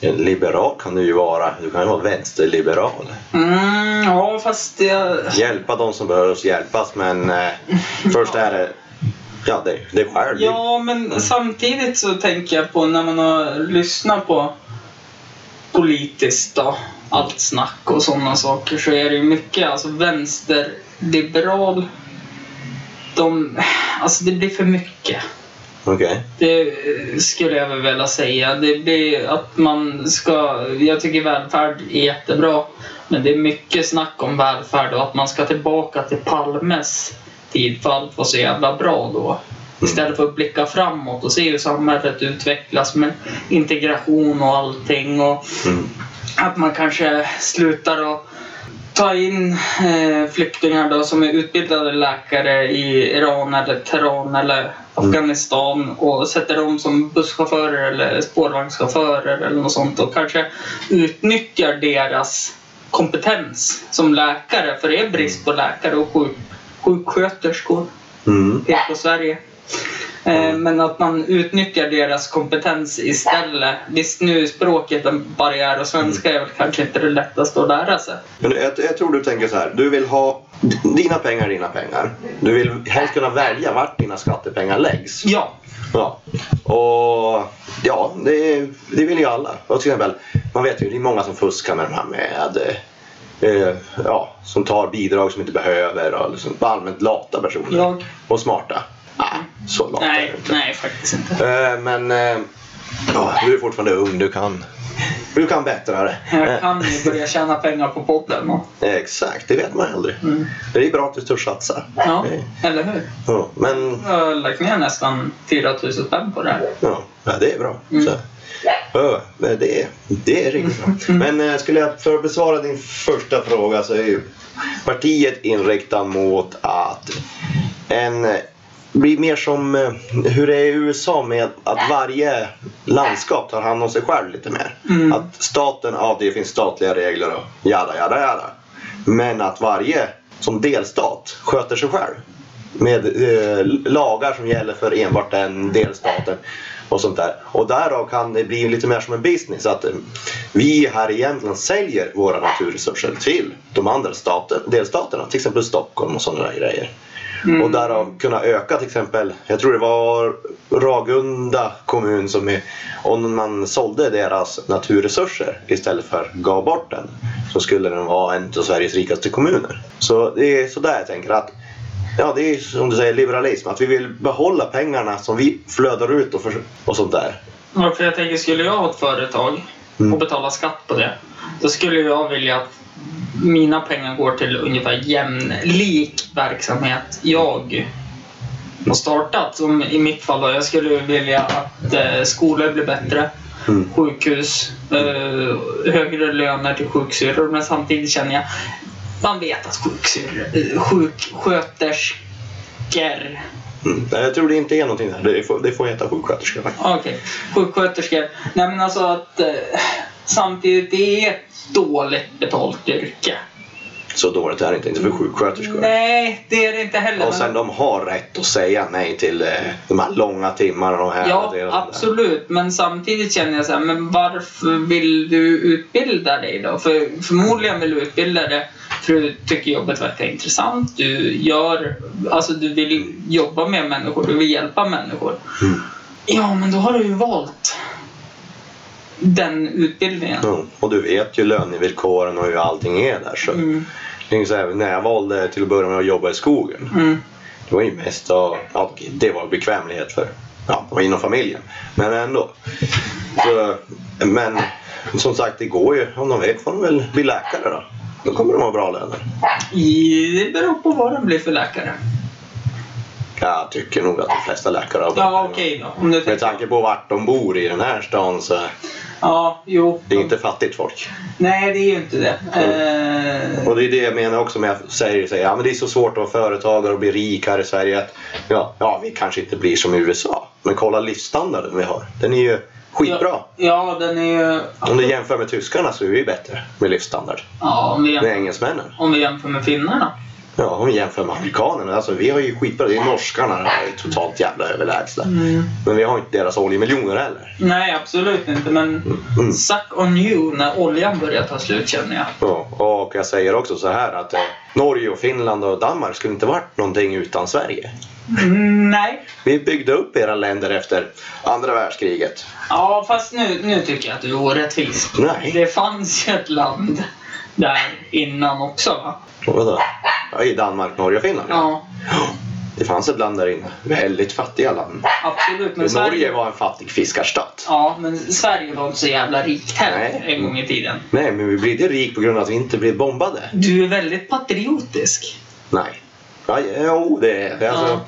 En liberal kan du ju vara. Du kan ju vara vänsterliberal.
Mm, ja, fast jag...
Hjälpa de som behöver hjälpas men eh, först är det Ja, det, det är själv.
Ja, men samtidigt så tänker jag på när man har lyssnat på politiskt då, allt snack och sådana saker så är det ju mycket alltså vänsterliberal. De, alltså det blir för mycket.
Okej.
Det skulle jag väl vilja säga. Det blir att man ska... Jag tycker välfärd är jättebra. Men det är mycket snack om välfärd och att man ska tillbaka till Palmes tid för allt var så jävla bra då. Istället för att blicka framåt och se hur samhället utvecklas med integration och allting. Och
Mm.
att man kanske slutar att ta in eh, flyktingar då som är utbildade läkare i Iran eller Teheran eller Afghanistan och sätter dem som busschaufförer eller spårvagnschaufförer eller något sånt och kanske utnyttjar deras kompetens som läkare för det är brist på läkare och sjuk, sjuksköterskor
Mm.
pek på Sverige. Eh, Men att man utnyttjar deras kompetens istället. Visst, nu är språket en barriär och svenska är väl kanske inte det lättaste att lära sig.
Men jag, jag tror du tänker så här. Du vill ha dina pengar, dina pengar. Du vill helst kunna välja vart dina skattepengar läggs.
Ja,
Ja, och ja, det, det vill ju alla. Och till exempel, man vet ju det är många som fuskar med de här med eh, eh, ja, som tar bidrag som inte behöver och liksom, bara allmänt lata personer.
Jag.
Och smarta. Ah, så lata är
nej,
jag inte.
nej faktiskt inte.
Eh, men eh, ja, du är fortfarande ung, du kan, du kan bättre det.
Jag kan ju börja tjäna pengar på podden. och-
Eh, exakt, det vet man aldrig.
Mm.
Det är bra att du törs satsa.
Ja,
Eh,
eller hur?
ja, men
Jag har lagt ner nästan 4 000 spänn på det här.
Ja, ja det är bra.
Mm.
Så. Ja, men det, det är riktigt bra. Men eh, skulle jag, för att besvara din första fråga så är ju partiet inriktat mot att en, eh, bli mer som eh, hur det är i USA med att varje landskap tar hand om sig själv lite mer.
Mm.
Att staten, ja det finns statliga regler och jada jada jada. Men att varje som delstat sköter sig själv med eh, lagar som gäller för enbart den delstaten och sånt där. Och därav kan det bli lite mer som en business att eh, vi här i Jämtland säljer våra naturresurser till de andra staten, delstaterna, till exempel Stockholm och sådana där grejer. Och därav kunna öka till exempel, jag tror det var Ragunda kommun som är, om man sålde deras naturresurser istället för gav bort den så skulle den vara en av Sveriges rikaste kommuner. Så det är sådär jag tänker att Ja, det är som du säger liberalism. Att vi vill behålla pengarna som vi flödar ut och, för, och sånt där.
Varför jag tänker, skulle jag ha ett företag och betala skatt på det, då skulle jag vilja att mina pengar går till ungefär jämlik verksamhet jag har startat. Som i mitt fall då, jag skulle vilja att eh, skolor blir bättre,
Mm.
sjukhus, eh, högre löner till sjuksyrror. Men samtidigt känner jag, man vet att sjuksyrror, eh, sjuksköterskor
Mm. Nej, Jag tror det inte är någonting där. Det får, det får heta sjuksköterska faktiskt.
Okej, sjuksköterskor. Nej men alltså att eh, samtidigt, det är ett dåligt betalt yrke.
Så dåligt är det inte. Inte för sjuksköterskor.
Nej, det är det inte heller.
Och sen de har rätt att säga nej till eh, de här långa timmarna. och De här
ja,
och det och det där.
absolut. Men samtidigt känner jag så här, men varför vill du utbilda dig då? För förmodligen vill du utbilda dig för du tycker jobbet verkar intressant. Du gör, alltså du vill ju jobba med människor, du vill hjälpa människor.
Mm.
Ja, men då har du ju valt den utbildningen.
Mm. Och du vet ju lönevillkoren och hur allting är där. Så.
Mm.
Det är så här, när jag valde till att börja med att jobba i skogen.
Mm.
Det var ju mest av, ja, det var bekvämlighet för, ja, det var inom familjen. Men ändå. Så, men som sagt, det går ju. Om de vill får de väl bli läkare då. Då kommer de ha bra löner.
I- Det beror på vad den blir för läkare.
Jag tycker nog att de flesta läkare har bra
Ja,
löner.
okej då. Om du
Med
tänker...
tanke på vart de bor i den här stan så
Ja, jo.
det är inte fattigt folk.
Nej, det är ju inte det. Eh,
Och det är det jag menar också när jag säger att ja, men det är så svårt att vara företagare och bli rik här i Sverige. Att, ja, ja, vi kanske inte blir som i USA. Men kolla livsstandarden vi har. Den är ju skitbra.
Ja, ja, den är ju...
Om du jämför med tyskarna så är vi bättre med livsstandard.
Ja, om vi
Med
jämför,
engelsmännen.
om vi jämför med finnarna.
Ja, om vi jämför med amerikanerna. Alltså, vi har ju skitbra. Det är norskarna som är totalt jävla överlägsna. Men vi har inte deras oljemiljoner heller.
Nej, absolut inte. Men
Mm.
suck on you när oljan börjar ta slut känner jag.
Ja, och jag säger också så här att eh, Norge och Finland och Danmark skulle inte varit någonting utan Sverige.
Mm, nej.
Vi byggde upp era länder efter andra världskriget.
Ja, fast nu, nu tycker jag att du är orättvis.
Nej,
Det fanns ju ett land där innan också va?
vadå? Ja, I Danmark, Norge och Finland.
Ja.
Det fanns ett land där inne. Väldigt fattiga land.
Absolut, men
Och Norge
Sverige,
var en fattig fiskarstat.
ja, men Sverige var inte så jävla rikt heller
Nej.
en gång i tiden.
Nej, men vi blev ju rik på grund av att vi inte blev bombade.
Du är väldigt patriotisk.
Nej. Ja, jo, det är det. Alltså,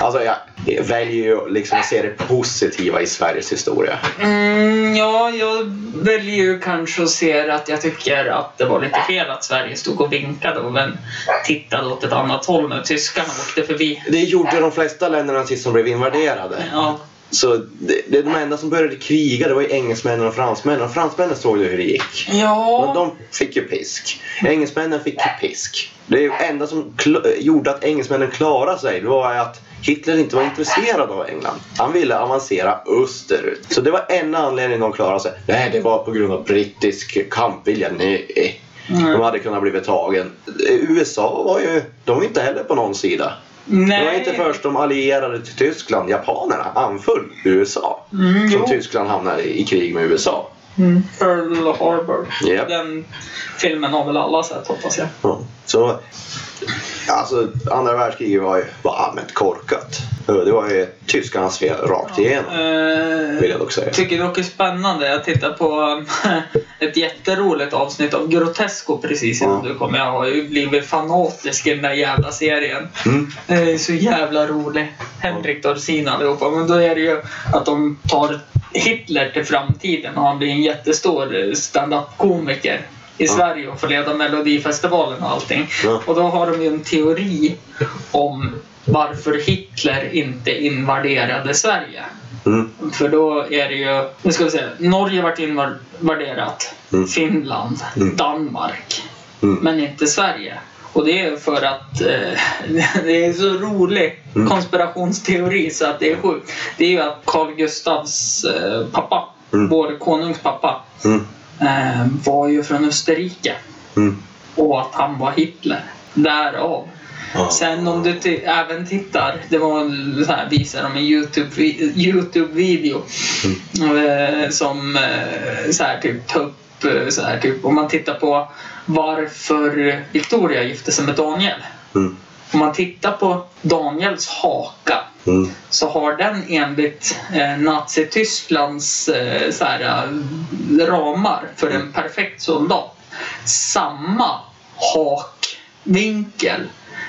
alltså, jag väljer ju liksom att se det positiva i Sveriges historia.
Mm, ja, jag väljer ju kanske att se att jag tycker att det var lite fel att Sverige stod och vinkade och men tittade åt ett annat håll när tyskarna åkte förbi.
Det gjorde de flesta länderna sist som blev invaderade.
Ja,
Så det, det, de enda som började kriga det var ju engelsmännen och fransmännen. Och fransmännen såg ju hur det gick. Men
ja.
de fick ju pisk. Engelsmännen fick ju pisk. Det enda som kl- gjorde att engelsmännen klarade sig det var att Hitler inte var intresserad av England. Han ville avancera österut. Så det var en anledning de klarade sig. Nej, det var på grund av brittisk kampvilja. Nej. De
Mm.
hade kunnat blivit tagen. USA var ju... De var inte heller på någon sida. Det var inte
Nej.
först de allierade till Tyskland, japanerna, anföll USA.
Mm,
Som
jo.
Tyskland hamnade i i krig med USA.
Mm. Pearl Harbor.
Japp.
Den filmen har väl alla sett hoppas jag.
Ja. Så, alltså, andra världskriget var ju var allmänt korkat. Det var ju tyskarnas fel rakt igenom,
Eh,
vill jag dock säga.
tycker dock är spännande. Jag tittar på um, ett jätteroligt avsnitt av Grotesco precis innan
Ja.
du kom. Jag har ju blivit fanatisk i den där jävla serien.
Mm.
Det är så jävla rolig. Henrik Dorsin allihopa. Men då är det ju att de tar Hitler till framtiden och han blir en jättestor eh, stand-up-komiker i
Ja.
Sverige och får leda Melodifestivalen och allting.
Ja.
Och då har de ju en teori om varför Hitler inte invaderade Sverige.
Mm.
För då är det ju, nu ska vi se, Norge vart invaderat,
Mm.
Finland,
Mm.
Danmark,
Mm.
men inte Sverige. Och det är för att eh, det är så rolig
Mm.
konspirationsteori så att det är sjukt. Det är ju att Carl Gustavs eh, pappa,
Mm.
vår konungs pappa,
Mm.
eh, var ju från Österrike
Mm.
och att han var Hitler. Därav.
Ja.
Sen om du ti- även tittar, det var en så här, visar de en YouTube-video YouTube eh, som eh, så här, typ tar upp eh, så här, typ, om man tittar på varför Victoria gifte sig med Daniel.
Mm.
Om man tittar på Daniels haka
Mm.
så har den enligt eh, Nazitysklands eh, så här, eh, ramar för en perfekt soldat samma hakvinkel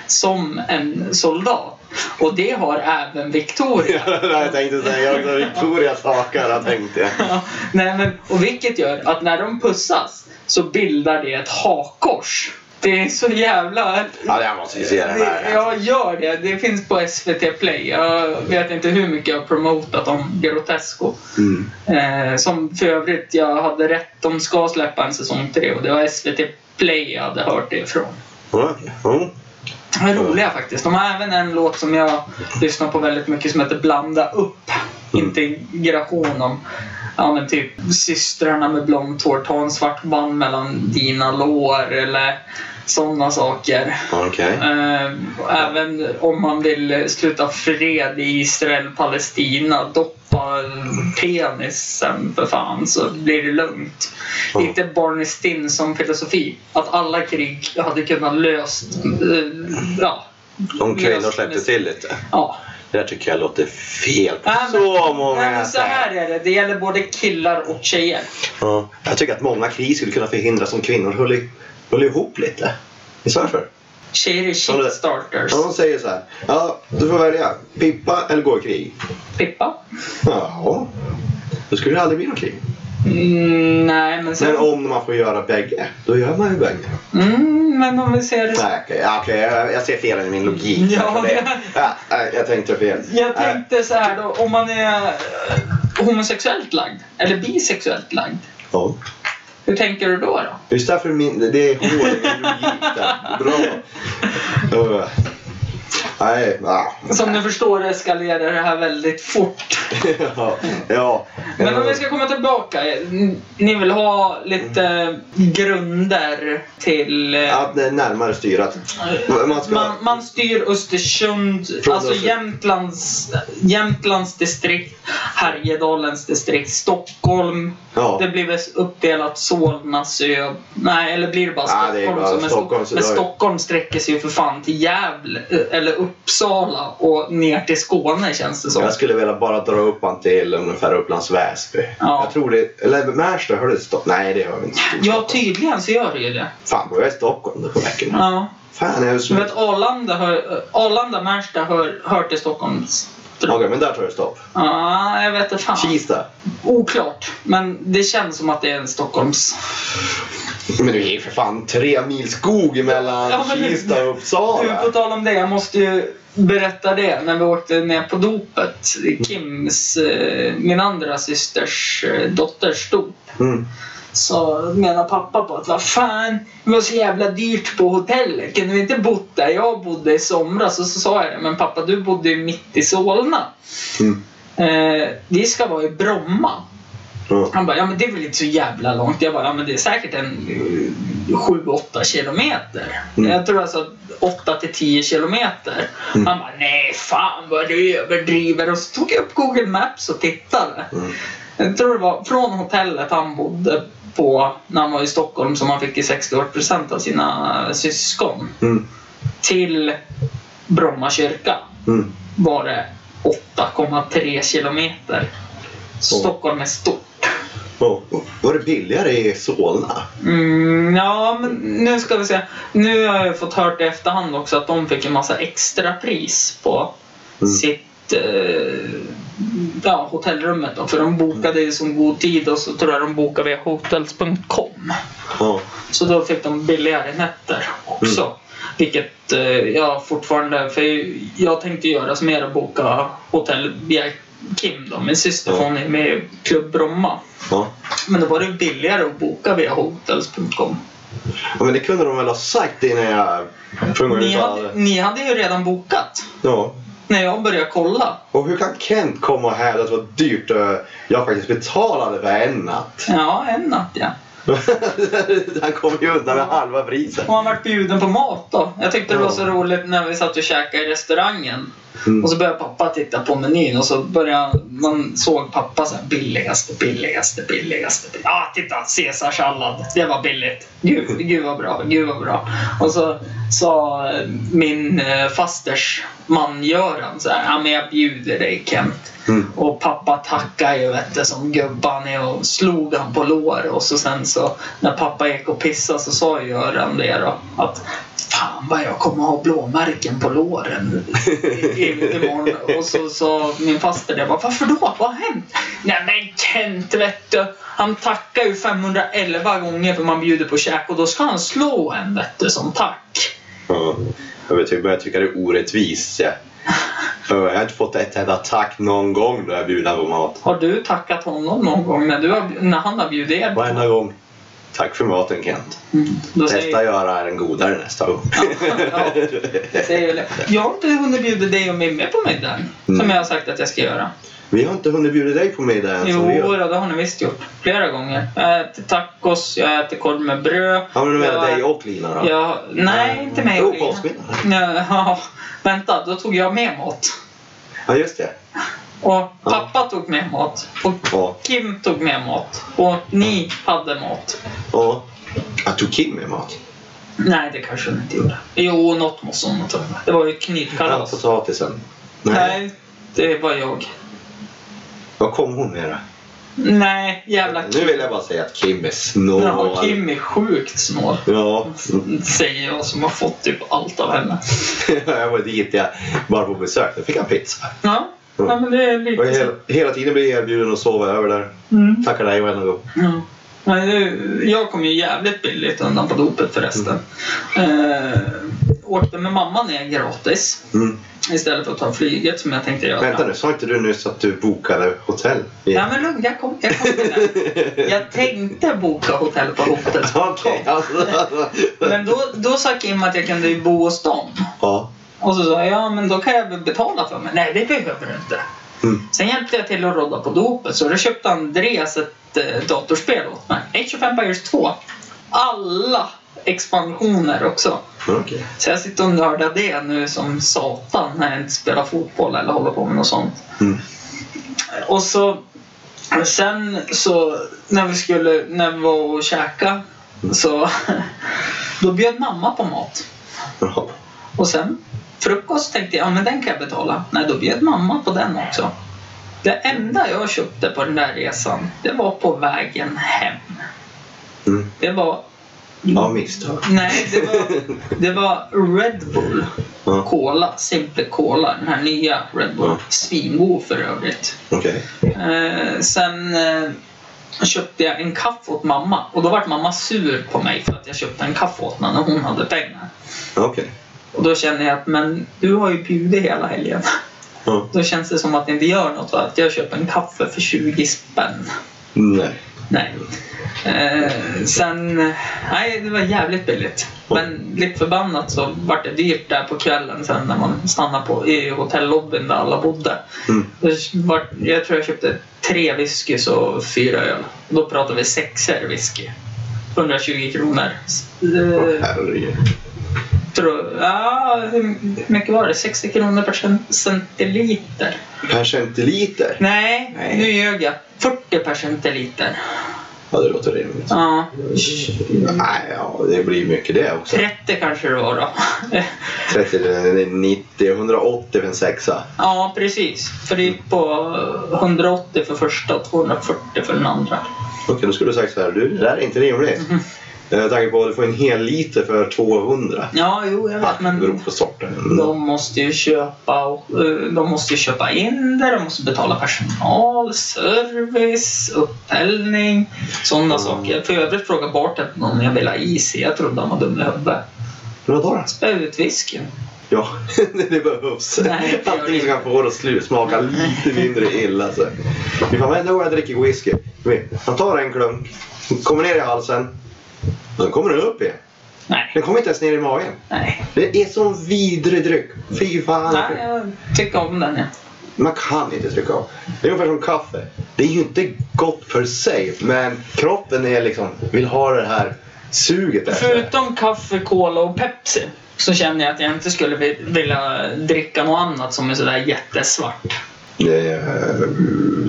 som en soldat. Och det har även Victoria.
jag tänkte säga också Victorias hakar, jag tänkte jag.
Ja, Nej, men, och vilket gör att när de pussas så bildar det ett hakkors. Det är så jävla...
Ja, jag måste ju se den
Det, alltså.
här.
jag gör det. Det finns på SVT Play. Jag vet inte hur mycket jag har promotat om Grotesco.
Mm.
Eh, som för övrigt, jag hade rätt. De ska släppa en säsong tre och det var SVT Play jag hade hört det ifrån.
Ja, ja.
De är roliga faktiskt. De har även en låt som jag lyssnar på väldigt mycket som heter Blanda upp. Integration om ja, men typ systrarna med blont hår, ta en svart band mellan dina lår eller sådana saker.
Okej.
Eh, även om man vill sluta fred i Israel och Palestina, doppa penisen för fan så blir det lugnt.
Ja.
Inte Barney Stinson-filosofi, att alla krig hade kunnat löst... eh, ja.
Om kvinnor
löst
släppte
med-
till lite.
Ja.
Det där tycker jag låter fel på
Nej, men-
så många
Nej, men så här är det, det gäller både killar och tjejer.
Ja, jag tycker att många krig skulle kunna förhindras om kvinnor höll, i, höll ihop lite. Visst varför?
Tjejer är shitstarters.
Ja, de säger så här. Ja, du får välja. Pippa eller gå i krig?
Pippa?
Ja. Då skulle det aldrig bli något krig.
Mm, nej, men
Men
sen...
om man får göra bägge, då gör man ju bägge.
Mm, men om vi ser det så
Nej, okej, okej, jag, jag ser fel i min logik.
Ja,
Alltså, det, ja, nej, jag tänkte fel.
Jag
Nej.
tänkte så här då, om man är eh, homosexuellt lagd eller bisexuellt lagd.
Ja.
Hur tänker du då? då?
Just därför min, det är hål i min logik där. Bra. Ja. Nej, ja.
Som du förstår eskalerar det här väldigt fort.
ja. ja.
Men om vi ska komma tillbaka. eh, Ni vill ha lite eh, grunder till... eh,
Att det är närmare styrat. Man ska...
Man, man styr Östersund,
Från
alltså
Östersund.
Jämtlands, Jämtlands distrikt, Härjedalens distrikt, Stockholm.
Ja.
Det blir väl uppdelat Solna, Sö... Nej, eller blir det bara
Ja,
Stockholm?
det är bara
som är stor-
Stockholm, så
men
då är-
Stockholm sträcker sig ju för fan till Gävle, eh, eller upp Uppsala och ner till Skåne känns det som.
Jag skulle vilja bara dra upp han till ungefär Upplands Väsby.
Ja.
Jag tror det... Eller Märsta, har det stopp? Nej, det har vi inte.
Ja, tydligen så gör det ju det.
Fan, bor jag i Stockholm då på veckorna?
Ja.
Fan, jag är
Du
så...
vet Arlanda, hör, Arlanda Märsta hör, hör till Stockholms.
Okej, men där tar det stopp.
Ja, jag vet inte fan.
Kista.
Oklart. Men det känns som att det är en Stockholms...
Men det är ju för fan tre mil skog emellan
Ja, men det-
Kista och
Du, på
Uppsala.
tal om det, jag måste ju berätta det. När vi åkte ner på dopet, Kims, eh, min andra systers eh, dotters dop.
Mm.
Så menar pappa på att vad fan, det var så jävla dyrt på hotellet. Kunde vi inte bott där jag bodde i somras? Och så sa jag det, men pappa du bodde ju mitt i Solna.
Mm.
Eh, vi ska vara i Bromma.
Ja.
Han bara, ja men det är väl inte så jävla långt. Jag bara, ja men det är säkert en eh, 7-8 kilometer.
Mm.
Jag tror alltså 8 till 10 kilometer.
Mm.
Han bara, nej fan vad du överdriver. Och så tog jag upp Google Maps och tittade.
Mm.
Jag tror det var från hotellet han bodde på när han var i Stockholm som han fick i 60-årspresent av sina eh, syskon.
Mm.
Till Bromma kyrka
Mm.
var det 8,3 kilometer. Stockholm är stort.
Ja. Var det billigare i Solna?
Mm, ja, men nu ska vi se. Nu har jag fått hört i efterhand också att de fick en massa extra pris på
Mm.
sitt eh, ja, hotellrummet. Då, för de bokade i så god tid och så tror jag de bokade via hotels.com.
Ja.
Så då fick de billigare nätter också.
Mm.
Vilket eh, jag fortfarande... För jag tänkte göra som er och boka hotell via Kim då. Min syster
Ja.
hon är med i Klubb Bromma.
ja.
Men då var det billigare att boka via hotels.com.
Ja, men det kunde de väl ha sagt innan jag pungade
Ni
ut alla-
hade, ni hade ju redan bokat
Ja.
när jag började kolla.
Och hur kan Kent komma och hävda att det var dyrt eh, jag faktiskt betalade för en natt?
Ja, en natt ja.
Han kom ju undan med halva priset.
Och han vart bjuden på mat då. Jag tyckte det var
Ja.
så roligt när vi satt och käkade i restaurangen.
Mm.
Och så började pappa titta på menyn och så började han- man såg pappa så här billigaste, billigaste, billigaste. bill- Ja, titta! Caesarsallad. Det var billigt. Gud, gud vad bra, gud vad bra. Och så sa min eh, fasters man Göran så här. Ja, men jag bjuder dig Kent.
Mm.
Och pappa tackade ju vet du, som gubban är och slog han på lår och så sen så när pappa gick och pissade så sa ju Göran det då att Fan vad jag kommer ha blåmärken på låren i- i- imorgon. Och så sa min faster det. Jag bara, Varför då? Vad har hänt? Nej men Kent vet du. Han tackar ju 511 gånger för man bjuder på käk och då ska han slå en vet du som tack.
Ja. Jag vet, jag börjar tycka det är orättvist. Ja. För Jag har inte fått ett enda tack någon gång när jag bjudit på mat.
Har du tackat honom någon gång när, du har, när han har bjudit er?
Varenda gång. Tack för maten Kent.
Mm, då säger-
Testa göra den godare nästa gång.
Ja, det är ju lätt. Jag har inte hunnit bjuda dig och Mimmi på middagen. Som
Mm.
jag har sagt att jag ska göra.
Vi har inte hunnit bjuda dig på middag än. som vi
Jo,
gör.
då, det har ni visst gjort. Flera gånger. Jag äter tacos, jag äter korv med bröd.
Ja, men du menar
jag,
dig och Lina då?
Jag, nej, inte mig
Jo,
och Lina.
påskmiddag.
Nej, Ja, vänta, då tog jag med mat.
Ja, just det.
Och pappa tog med mat. Och
Ja.
Kim tog med mat. Och ni hade mat.
Ja. Jag tog Kim med mat.
Nej, det kanske hon inte gjorde. Jo, något måste hon ha tagit med. Det var ju
Ja,
knytkalas.
potatisen. Nej.
Nej, det var jag.
Vad kom hon med då?
Nej, jävla
Nu vill jag bara säga att Kim är snål.
Jaha, Kim är sjukt snål.
Ja,
Säger jag som har fått typ allt av henne.
jag var dit jag bara på besök. Då fick jag pizza.
Ja,
Mm.
ja men det är
Och
lite
hela,
så.
hela tiden blir jag erbjuden att sova över där.
Mm.
Tackar nej varenda gång.
Ja. Men det- jag kom ju jävligt billigt undan på dopet förresten. Eh, åkte med mamma ner gratis
Mm.
istället för att ta flyget som jag tänkte göra.
Vänta nu, sa inte du nyss att du bokade hotell?
Ja men lugn, jag kom, jag kom till det. Jag tänkte boka hotell på hotell.com.
Okej, alltså.
Men då, då sa Kim att jag kunde ju bo hos dem.
Ja.
Och så sa jag, ja men då kan jag väl betala för mig. Nej, det behöver du inte.
Mm.
Sen hjälpte jag till att rodda på dopet så då köpte Andreas ett eh, datorspel åt mig. Age of Empires 2. Alla expansioner också.
Okej.
Så jag sitter och nördar det nu som satan när jag inte spelar fotboll eller håller på med något sånt.
Mm.
Och så sen så när vi skulle, när vi var och käka så då bjöd mamma på mat.
Bra.
Och sen Frukost tänkte jag, ja, men den kan jag betala. Nej, då bjöd mamma på den också. Det enda jag köpte på den där resan, det var på vägen hem.
Mm.
Det var...
Av misstag.
Nej, det var, det var Red Bull.
Ja,
Cola, Simple Cola, den här nya Red Bull.
Ja.
Svingod för övrigt.
Okej.
Eh, sen eh, köpte jag en kaffe åt mamma och då vart mamma sur på mig för att jag köpte en kaffe åt henne när hon hade pengar.
Okej.
Och då känner jag att men du har ju bjudit hela helgen.
Ja.
Då känns det som att det inte gör något va? att jag köper en kaffe för 20 spänn.
Nej.
Nej. Eh, sen, eh, nej det var jävligt billigt. Men lite förbannat så vart det dyrt där på kvällen sen när man stannade på, i hotellobbyn där alla bodde.
Mm.
Det var, jag tror jag köpte tre whiskys och fyra öl. Då pratar vi sexer whisky. 120 kronor.
Åh,
Eh,
herregud.
tror, ja, hur mycket var det? 60 kronor per cent- centiliter?
Per centiliter?
Nej,
Nej.
nu ljög jag. 40 per centiliter.
Ja, det låter rimligt.
Ja,
Nej, ja, det blir mycket det också.
30 kanske det var då.
30, det är 90, 180 för en sexa.
ja, precis. För det gick på 180 för första och 240 för den andra.
Okej, då skulle du sagt så här. Du, det där är inte rimligt. Mm. Med tanke på att du får en hel liter för 200.
Ja, jo, jag
Ja,
vet.
det beror
Men
på sorten.
De måste ju köpa, och, eh, de måste ju köpa in det, de måste betala personal, service, upphällning, sådana saker. För övrigt frågade bartendern om jag ville ha is i. Jag trodde han var dum i huvudet.
Vadå då?
Spä ut whiskyn.
Ja, det behövs.
Nej, det gör
Allting
det
som kan få det att sluta smaka lite mindre illa. Så. Vi får vända och jag dricker whisky. Han tar en klunk, kommer ner i halsen. Sen kommer den upp igen.
Nej,
Den kommer inte ens ner i magen.
nej.
Det är sån vidrig dryck. Fy fan.
Nej, jag tycker om den. Ja.
Man kan inte trycka av. Det är ungefär som kaffe. Det är ju inte gott för sig, men kroppen är liksom, vill ha det här suget efter det.
Förutom kaffe, cola och Pepsi så känner jag att jag inte skulle vi- vilja dricka något annat som är sådär jättesvart.
det. är,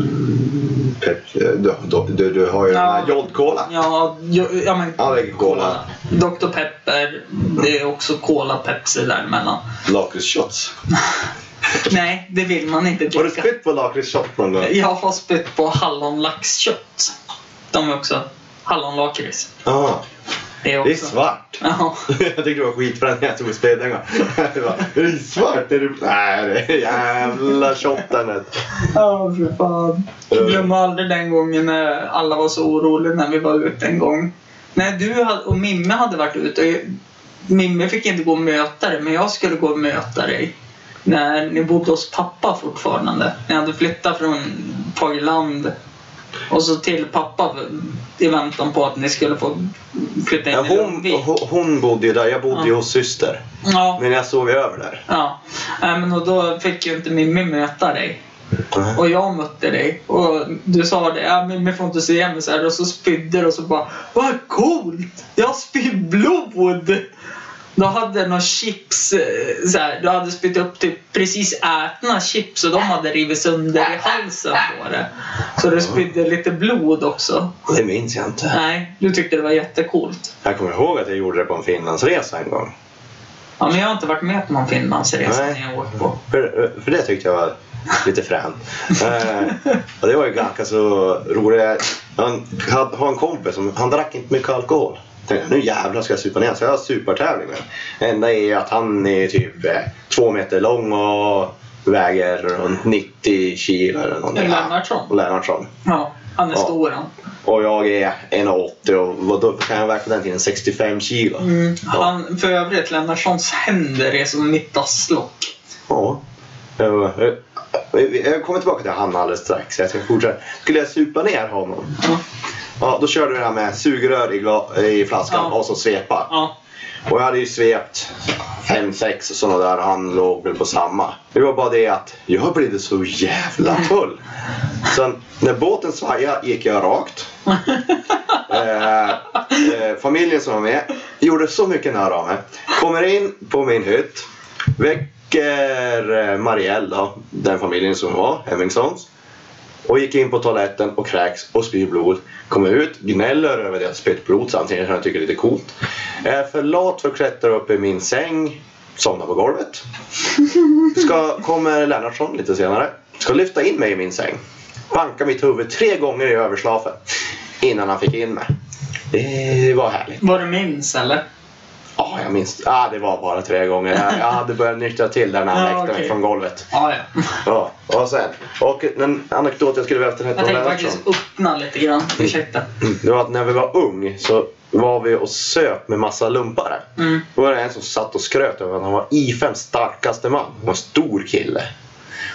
mm, pep- Du, du, du, du har ju den här
Ja.
jodcola.
Ja, ja, ja men...
Ja, det är Ah, cola.
Dr Pepper, det är också Cola Pepsi däremellan.
Lakritsshots.
Nej, det vill man inte
Har du
dricka.
spytt på lakritsshot någon gång?
Jag har spytt på hallonlaxkött. De är också hallonlakrits.
Ja.
Det är också.
det är svart.
Ja.
jag tyckte det var skitfränt när jag tog spyd en gång. Jag bara, det är svart. Är du... Nej, det är jävla shotandet.
Ja, för
Eh.
fan. Jag glömmer aldrig den gången när alla var så oroliga när vi var ute en gång. När du hade- och Mimme hade varit ute. och Mimme fick inte gå och möta dig, men jag skulle gå och möta dig. När ni bodde hos pappa fortfarande. Ni hade flyttat från Fagerland och så till pappa i väntan på att ni skulle få flytta in
Ja,
i
hon,
Lundvik.
hon- hon bodde ju där. Jag bodde ju hos syster.
Ja,
Men jag sov över där.
ja. Nej, men och då fick ju inte Mimmi möta dig. Och jag mötte dig och du sa det, ja men vi får inte se mig så här och så spydde du och så bara Vad coolt! Jag spyr blod! Då hade några chips, eh, så här, du hade spytt upp typ precis ätna chips och de hade rivit sönder i halsen på det. Så du spydde lite blod också.
Det minns jag inte.
Nej, du tyckte det var jättecoolt.
Jag kommer ihåg att jag gjorde det på en Finlandsresa en gång.
Ja men jag har inte varit med på någon Finlandsresa
Nej.
när jag åkt på.
För, för det tyckte jag var lite fränt. Eh, och det var ju ganska så roligt. Han hade, har en kompis som han drack inte mycket alkohol. Tänkte, nu jävlar ska jag supa ner Så jag har supertävling med Det enda är att han är typ eh, två meter lång och väger runt 90 kilo eller någonting.
Lennartsson.
Lennartsson.
Ja, han är
Ja.
stor han.
Och jag är 1,80 och vad då kan jag väga på den tiden? 65 kilo.
Mm.
Ja.
Han, för övrigt, Lennartssons händer är som mitt dasslock.
Ja. Jag, jag, jag kommer tillbaka till Hanna alldeles strax. Jag ska fortsätta. Skulle jag supa ner honom?
Ja.
Ja, då körde vi det här med sugrör i, gla- i flaskan
Ja.
och så svepa.
Ja.
Och jag hade ju svept fem, sex och sådana där. Han låg väl på samma. Det var bara det att jag blev så jävla full. Sen när båten svajade gick jag rakt. Eh, eh, familjen som var med gjorde så mycket nära av mig. Kommer in på min hytt. Väcker eh, Marielle, då, den familjen som var, Hemmingssons. Och gick in på toaletten och kräks och spyr blod. Kommer ut, gnäller över det jag spytt blod samtidigt som jag tycker det är lite coolt. Jag är för lat för att klättra upp i min säng. somna på golvet. Ska, kommer Lennartsson lite senare. Ska lyfta in mig i min säng. Banka mitt huvud tre gånger i överslafen. Innan han fick in mig. Det var härligt.
Vad du minns eller?
Ja, jag minns. Ah, det var bara tre gånger. Jag, jag hade börjat nyktra till där när han
Ja,
väckte mig
okej.
från golvet.
Ja, ja.
Ja, och sen. Och en anekdot jag skulle vilja berätta
Jag
om
tänkte
Lennartsson.
faktiskt öppna lite grann. Ursäkta.
Det var att när vi var ung så var vi och söp med massa lumpare.
Mm.
Då var det en som satt och skröt över att han var IFMs starkaste man. Han var en stor kille.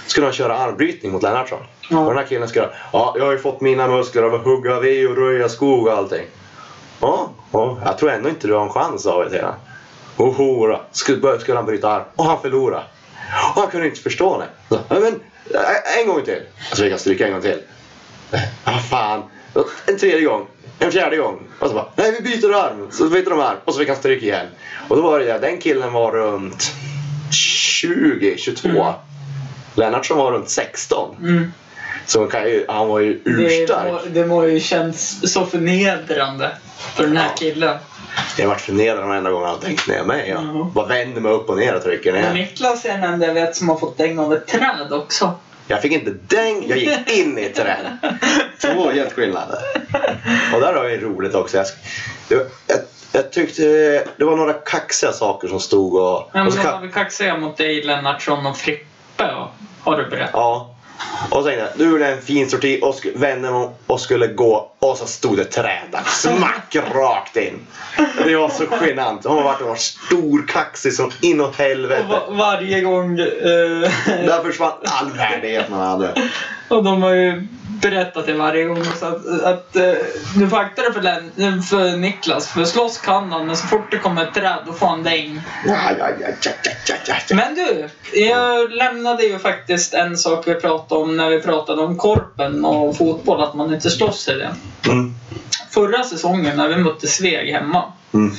Så skulle han köra armbrytning mot Lennartsson.
Ja.
Och den här killen skulle ja, jag har ju fått mina muskler av att hugga ved och röja skog och allting. Ja, ja jag tror ändå inte du har en chans av det till honom. Och hora, skulle, började- skulle han bryta arm och han förlorade. Och han kunde inte förstå det. Så, "Ja, Men, ä- en gång till. Alltså vi kan stryka en gång till. Vad Ah, fan. En tredje gång. En fjärde gång. Och så bara, nej vi byter arm. Så byter de arm och så fick han stryk igen. Och då var det där, den killen var runt 20, 22.
Mm.
Lennartsson var runt 16.
Mm.
Så han, kan ju, han var ju
Det,
urstark.
må, det må ju känns så förnedrande för den här
Ja.
killen.
Jag har varit förnedrad varenda gång han har tänkt ner mig. Jag
Ja. Mm.
bara vänder mig upp och ner och trycker
Men
ner.
Niklas är den enda jag vet som har fått däng av ett träd också.
Jag fick inte däng, jag gick in i ett träd. Två helt skillnader. Och där har vi roligt också. Jag, jag, jag, jag tyckte det var några kaxiga saker som stod och...
Men
och så
de
ka-
var väl kaxiga mot dig Lennartsson och Frippe och, har du berättat.
Ja. Och så tänkte jag, nu gjorde jag en fin sorti och sk- vände mig om och skulle gå och så stod det träd där. Smack rakt in. Det var så genant. Hon har varit en stor kaxig som inåt
Och
helvete.
va- varje gång... eh,
Där försvann all värdighet man hade.
och de har ju berättat det varje gång. Så att, att, eh, du får akta dig för, Len- för Niklas, för slåss kan han men så fort det kommer ett träd då får han däng.
Ja, ja, ja, ja, ja, ja, ja, ja.
Men du, jag lämnade ju faktiskt en sak vi pratade om när vi pratade om korpen och fotboll, att man inte slåss i det.
Mm.
Förra säsongen när vi mötte Sveg hemma
Mm.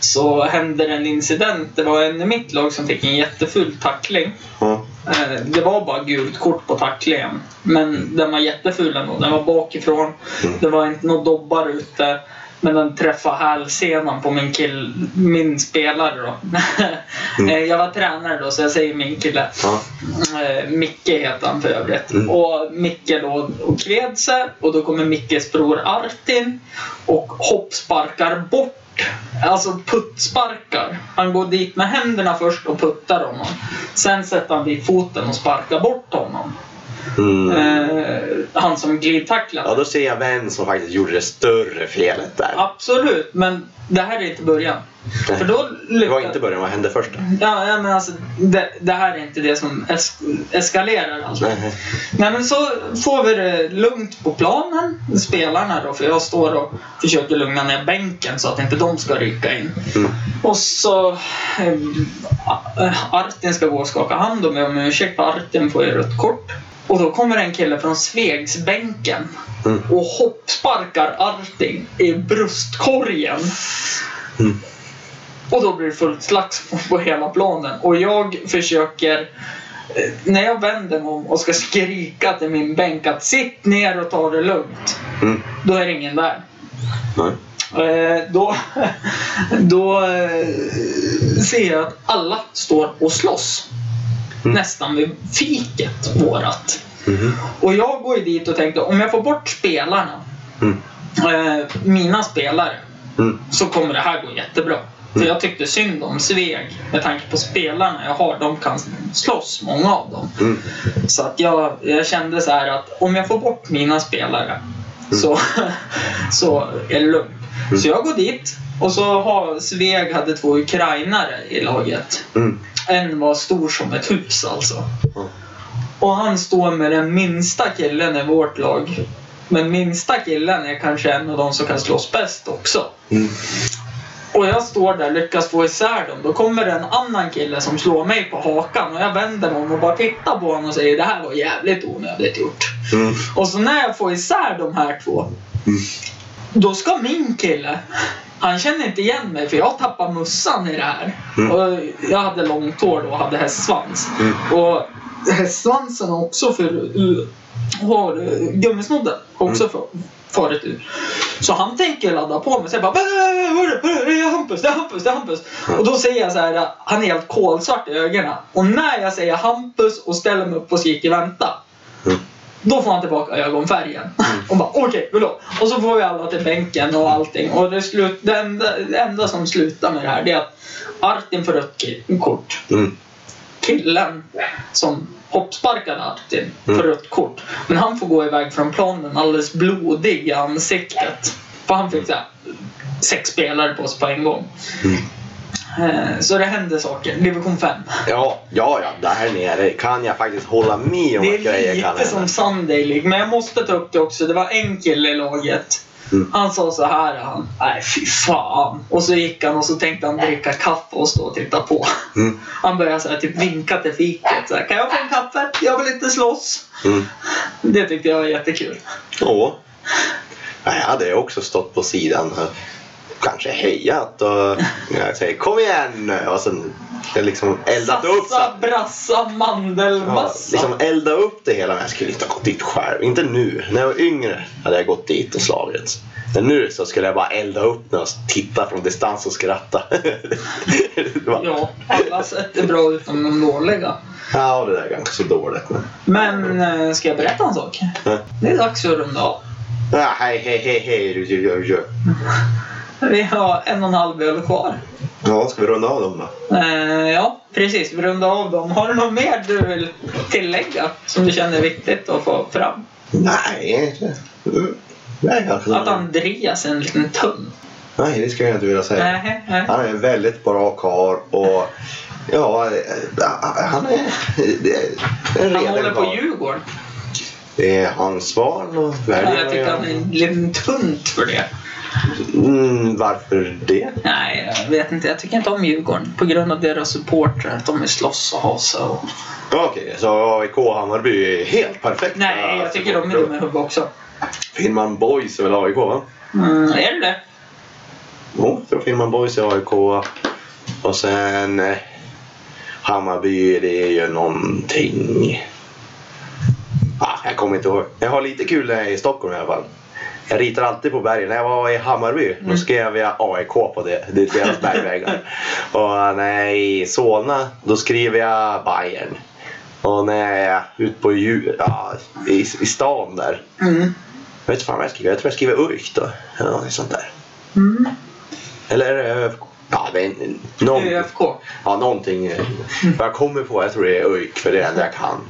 så hände det en incident. Det var en i mitt lag som fick en jättefull tackling.
Ja.
Eh, Det var bara gult kort på tacklingen. Men den var jätteful ändå. Den var bakifrån.
Mm.
Det var inte några dobbar ute. Men den träffade hälsenan på min kill, min spelare då. Eh, jag var tränare då så jag säger min kille.
Mm. Ja.
Eh, Micke heter han för övrigt.
Mm.
Och Micke då och kved sig och då kommer Mickes bror Artin och hoppsparkar bort. Alltså puttsparkar. Han går dit med händerna först och puttar honom. Sen sätter han dit foten och sparkar bort honom.
Mm.
Eh, han som glidtacklade.
ja, då ser jag vem som faktiskt gjorde det större felet där.
Absolut, men det här är inte början.
Nej.
För då
Det var
lyckas-
inte början, vad hände först? då?
Ja, ja, men alltså, det, det här är inte det som es eskalerar. Alltså.
Nej.
Nej men så får vi det lugnt på planen, spelarna då, för jag står och försöker lugna ner bänken så att inte de ska rycka in.
Mm.
Och så eh, A- Artin ska gå och skaka hand och be om ursäkt för Artin får ju rött kort. Och då kommer en kille från Svegsbänken
Mm.
och hoppsparkar Artin i bröstkorgen.
Mm.
Och då blir det fullt slagsmål på hela planen. Och jag försöker, eh, när jag vänder mig om och ska skrika till min bänk att sitt ner och ta det lugnt.
Mm.
Då är det ingen där.
Nej.
Eh, Då, då eh, ser jag att alla står och slåss.
Mm.
Nästan vid fiket vårat.
Mhm.
Och jag går ju dit och tänkte om jag får bort spelarna,
Mm.
eh, mina spelare,
Mm.
så kommer det här gå jättebra. För jag tyckte synd om Sveg med tanke på spelarna jag har. De kan slåss, många av dem.
Mm.
Så att jag, jag kände så här att om jag får bort mina spelare så, så är det lugnt. Så jag går dit och så har Sveg hade två ukrainare i laget.
Mm.
En var stor som ett hus alltså.
Ja.
Och han står med den minsta killen i vårt lag. Men minsta killen är kanske en av de som kan slåss bäst också.
Mm.
Och jag står där lyckas få isär dem. Då kommer det en annan kille som slår mig på hakan och jag vänder mig om och bara tittar på honom och säger det här var jävligt onödigt gjort.
Mm.
Och så när jag får isär de här två.
Mm.
Då ska min kille, han känner inte igen mig för jag tappar mussan i det här.
Mm.
Och jag hade långt hår då och hade hästsvans.
Mm.
Och hästsvansen har också för, har eh, gummisnodden också
Mm.
fa- farit ur. Så han tänker ladda på mig. Så jag bara "Vad- vad- vad- vad- vad- det är Hampus, det är Hampus, det är Hampus.
Mm.
Och då säger jag så här, han är helt kolsvart i ögonen. Och när jag säger Hampus och ställer mig upp och skriker vänta.
Mm.
Då får han tillbaka ögonfärgen. Och bara okej, förlåt. Och så får vi alla till bänken och allting. Och det, slut, det, enda, det enda som slutar med det här det är att Artin får rött ki- kort
Mm.
killen som hoppsparkade Artin för
Mm.
rött kort. Men han får gå iväg från planen alldeles blodig i ansiktet. För han fick så här, sex spelare på sig på en gång.
Mm.
Eh, Så det händer saker. Division 5.
Ja, ja, ja, där nere kan jag faktiskt hålla med om
Det
att grejer
är
kan
lite som
hända.
Sunday League, men jag måste ta upp det också. Det var en kille i laget.
Mm.
Han sa så här, han. Nej, fy fan. Och så gick han och så tänkte han dricka kaffe och stå och titta på.
Mm.
Han började så här, typ vinka till fiket. Så här, kan jag få en kaffe? Jag vill inte slåss.
Mm.
Det tyckte jag var jättekul.
Ja. Ja, Jag hade också stått på sidan och kanske hejat och jag säger kom igen nu och sen liksom eldat upp så
Sassa, brassa,
Ja,
mandelmassa.
liksom elda upp det hela men jag skulle inte ha gått dit själv. Inte nu. När jag var yngre hade jag gått dit och slagit. Men nu så skulle jag bara elda upp den och titta från distans och skratta. det var, ja.
Ja, alla sätt är bra utom de dåliga.
det där är ganska så dåligt. Men...
Men eh, ska jag berätta en sak?
Ja.
Det är dags att runda av.
Ah, hej, hej, hej, hej. du, du, du, du.
Vi har en och en halv öl kvar.
Ja, ska vi runda av dem då?
Eh, ja, precis. Vi rundar av dem. Har du något mer du vill tillägga som du känner är viktigt att få fram?
Nej, inte. Mm. Nej, kanske
Att Andreas är en liten tunn.
Nej, det skulle jag inte vilja säga.
Nej, nej.
Han är en väldigt bra karl och ja, eh, han är det är en
Han
redig
håller på
karl.
Djurgården.
Det är Hans Svahn och
Ja,
väljer
jag tycker han är en liten tunt för det.
mm, Varför det?
Nej, jag vet inte. Jag tycker inte om Djurgården på grund av deras supportrar. Att de vill slåss och hasa och...
Ja, Okej, så AIK och Hammarby är helt perfekta.
Nej, jag tycker de är dumma i huvudet också.
Finman Boys är väl AIK va?
Mm, är det det?
Jo, jag tror Finman Boys är AIK. Och sen eh, Hammarby, det är ju någonting. Ah, jag kommer inte ihåg. Jag har lite kul när jag är i Stockholm i alla fall. Jag ritar alltid på bergen. När jag var i Hammarby då skrev jag AIK på det, det är deras bergväggar. Och när jag är i Solna då skriver jag Bayern. Och när jag är ute på djur, ja, i, i stan där.
Mm.
Jag vet inte fan vad jag skriver. Jag tror jag skriver URK då. Eller något sånt där.
Mm.
Eller ÖFK. Ja, det är någon,
ÖFK.
ja, någonting. eh, Vad jag kommer på, jag tror det är ÖIK för det är det enda jag kan.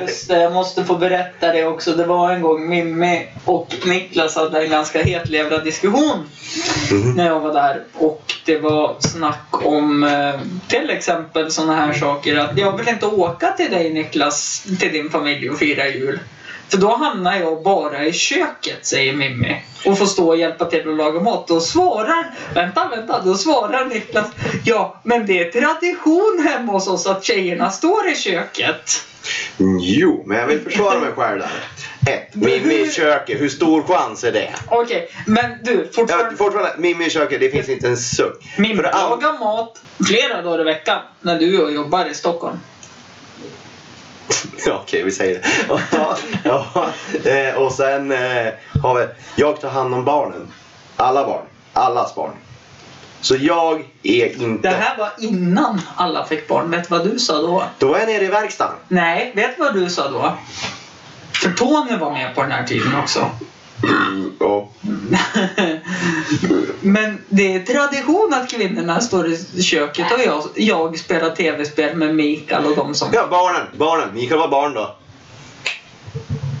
Just det, jag måste få berätta det också. Det var en gång Mimmi och Niklas hade en ganska hetlevrad diskussion
Mhm.
när jag var där. Och det var snack om eh, till exempel sådana här saker. Att jag vill inte åka till dig Niklas, till din familj och fira jul. För då hamnar jag bara i köket, säger Mimmi. Och får stå och hjälpa till att laga mat. Då svarar, vänta, vänta, då svarar Niklas. Ja, men det är tradition hemma hos oss att tjejerna står i köket.
jo, men jag vill försvara mig själv där. Ett, Mimmi i köket. Hur stor chans är det?
Okej, men du
Ja,
fortfarande.
fortfarande, Mimmi i köket. Det finns inte en suck.
Min
För det andra-
lagar mat flera dagar i veckan när du och jag jobbar i Stockholm.
Ja, Okej, vi säger det. Ja, ja. Eh, Och sen eh, har vi, jag tar hand om barnen. Alla barn. Allas barn. Så jag är
Det
inte...
här var innan alla fick barn. Vet du vad du sa då?
Då var jag nere i verkstaden.
Nej, vet du vad du sa då? För Tony var med på den här tiden också.
Ja.
Men det är tradition att kvinnorna står i köket och jag, jag spelar tv-spel med Mikael och de som...
ja, barnen. Barnen. Mikael var barn då.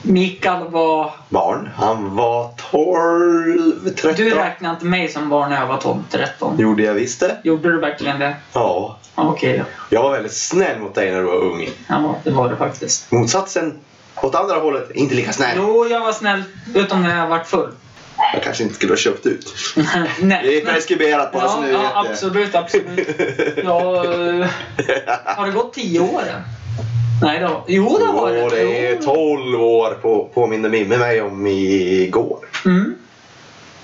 Mikael var...
Barn. Han var 12, 13.
Du räknar inte mig som barn när jag var 12-13.
Gjorde jag visst det?
Gjorde du verkligen det?
Ja.
Okej då.
Jag var väldigt snäll mot dig när du var ung.
Ja, det var det faktiskt.
Motsatsen åt andra hållet, inte lika snäll.
Jo, jag var snäll. Utom när jag varit full.
Jag kanske inte skulle ha köpt ut. Det
Nej.
är preskriberat bara så
Ja,
ni
ja
vet det.
absolut, absolut. Ja, eh, har det gått tio år än? Nej, då. Jo, det har
Jo,
det.
det är
Jo.
12 år på, påminner Mimmi mig om igår.
Mm.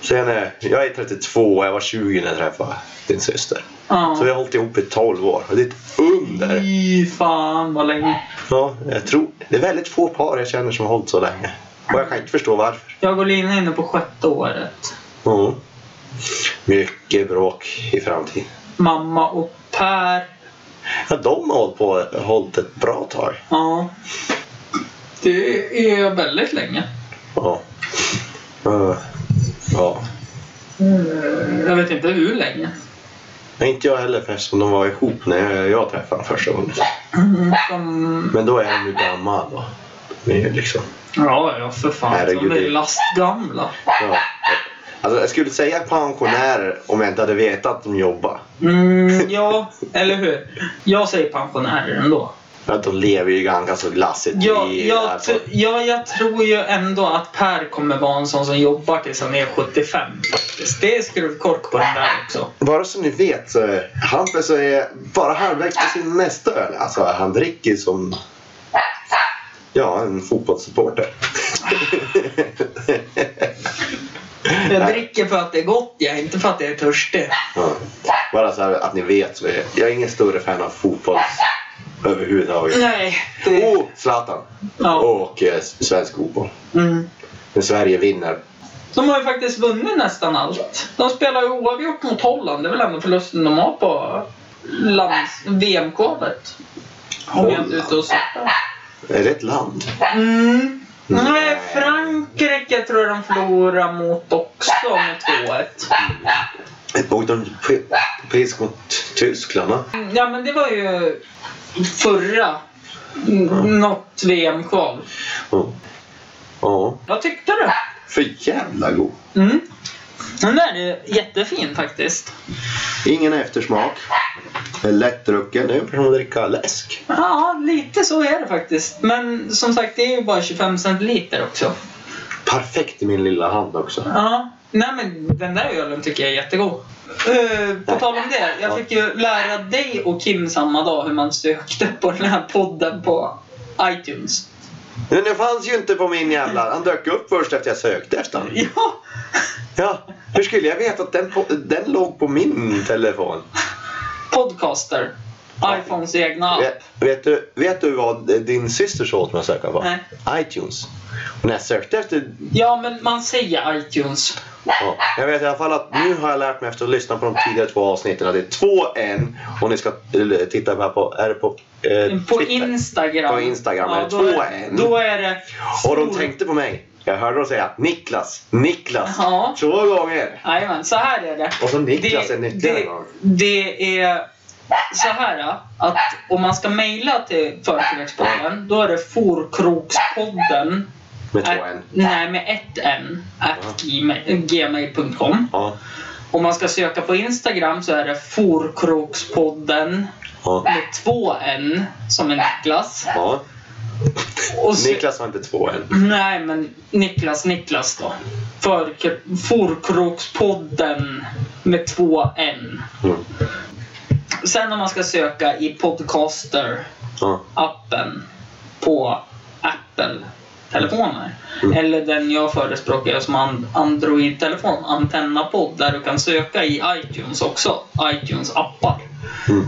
Sen är, jag är 32 och jag var 20 när jag träffade din syster.
Ja.
Så vi har hållit ihop i 12 år. Och det är ett under!
Fy fan vad länge.
Ja, jag tror, det är väldigt få par jag känner som har hållit så länge. Och jag kan inte förstå varför.
Jag och Lina är inne på sjätte året.
Mm. Mycket bråk i framtiden.
Mamma och Per.
Ja, de har hållit, på, hållit ett bra tag.
Ja. Det är väldigt länge.
Ja. Ja. ja.
Jag vet inte hur länge.
Nej, inte jag heller förresten. De var ihop när jag, jag träffade honom första gången.
De...
Men då är han ju gammal. Då. Det är ju liksom,
Ja, ja för fan. De
Herregud,
är
det-
lastgamla.
ja. alltså, jag skulle säga pensionärer om jag inte hade vetat att de jobbar.
Mm, ja, eller hur? Jag säger pensionärer ändå.
För att de lever ju ganska så glassigt.
Ja,
i-
jag,
alltså.
tr- ja, jag tror ju ändå att Per kommer vara en sån som jobbar tills han är 75 faktiskt. Det är skruvkork på den där också.
Bara så ni vet så är Hampus så är bara halvvägs på sin nästa öl. Alltså han dricker ju som ja, en fotbollssupporter.
Jag dricker för att det är gott, jag inte för att jag är törstig.
Ja. Bara så här att ni vet så är jag är ingen större fan av fotboll överhuvudtaget.
Nej. Det...
Och Zlatan
Ja.
och eh, svensk fotboll.
Mm.
När Sverige vinner.
De har ju faktiskt vunnit nästan allt. De spelar ju oavgjort mot Holland. Det är väl ändå förlusten de har på lands- VM-kvalet. Om jag inte är ute och cyklar.
Är det ett land?
Mm. Nej, Frankrike tror jag de förlorar mot också med 2-1.
Åkte de på- på pisk mot Tyskland? va?
Ja, men det var ju förra mm. något VM-kval.
Ja. Ja.
Vad tyckte du?
För jävla god.
Mm. Den där är jättefin faktiskt.
Ingen eftersmak. Är Lättdrucken. Det är ungefär som att dricka läsk.
Ja, lite så är det faktiskt. Men som sagt, det är ju bara 25 centiliter också.
Perfekt i min lilla hand också.
Ja. Nej, men den där ölen tycker jag är jättegod. Eh, på tal om det, jag fick ju lära dig och Kim samma dag hur man sökte på den här podden på iTunes.
Men det fanns ju inte på min jävla... Han dök upp först efter jag sökte efter honom.
Ja,
Ja, hur skulle jag veta att den, på, den låg på min telefon?
podcaster. iPhones egna app.
Vet, vet, du, vet du vad din syster sa åt mig att söka på?
Nej.
iTunes. Och när jag sökte efter...
Ja, men man säger iTunes.
Ja, jag vet i alla fall att nu har jag lärt mig efter att ha lyssnat på de tidigare två avsnitten att det är två N och ni ska eh, titta här på... Är det på... Eh,
På
Twitter?
Instagram.
På Instagram är det
då
två
är-
N.
Då är det...
Och de
stor-
tänkte på mig. Jag hörde dem säga Niklas, Niklas.
Ja.
Två gånger.
Jajamän, så här är det.
Och så Niklas
det,
en ytterligare
det,
gång.
det är så här att om man ska mejla till Förkrökspodden då är det forkrokspodden
Med två
at-
N.
Nej, med ett N. At gmail- gmail.com.
Ja.
Om man ska söka på Instagram så är det forkrokspodden
Ja.
med två N som är Niklas.
ja.
Och så-
Niklas har inte två N.
Nej, men Niklas Niklas då. För, Forkrokspodden med två N.
Mm.
Sen om man ska söka i podcaster-appen
Ja.
på Apple-telefoner.
Mm.
Eller den jag förespråkar som an- Android-telefon, Antenna-podd, där du kan söka i iTunes också. iTunes-appar.
Mm.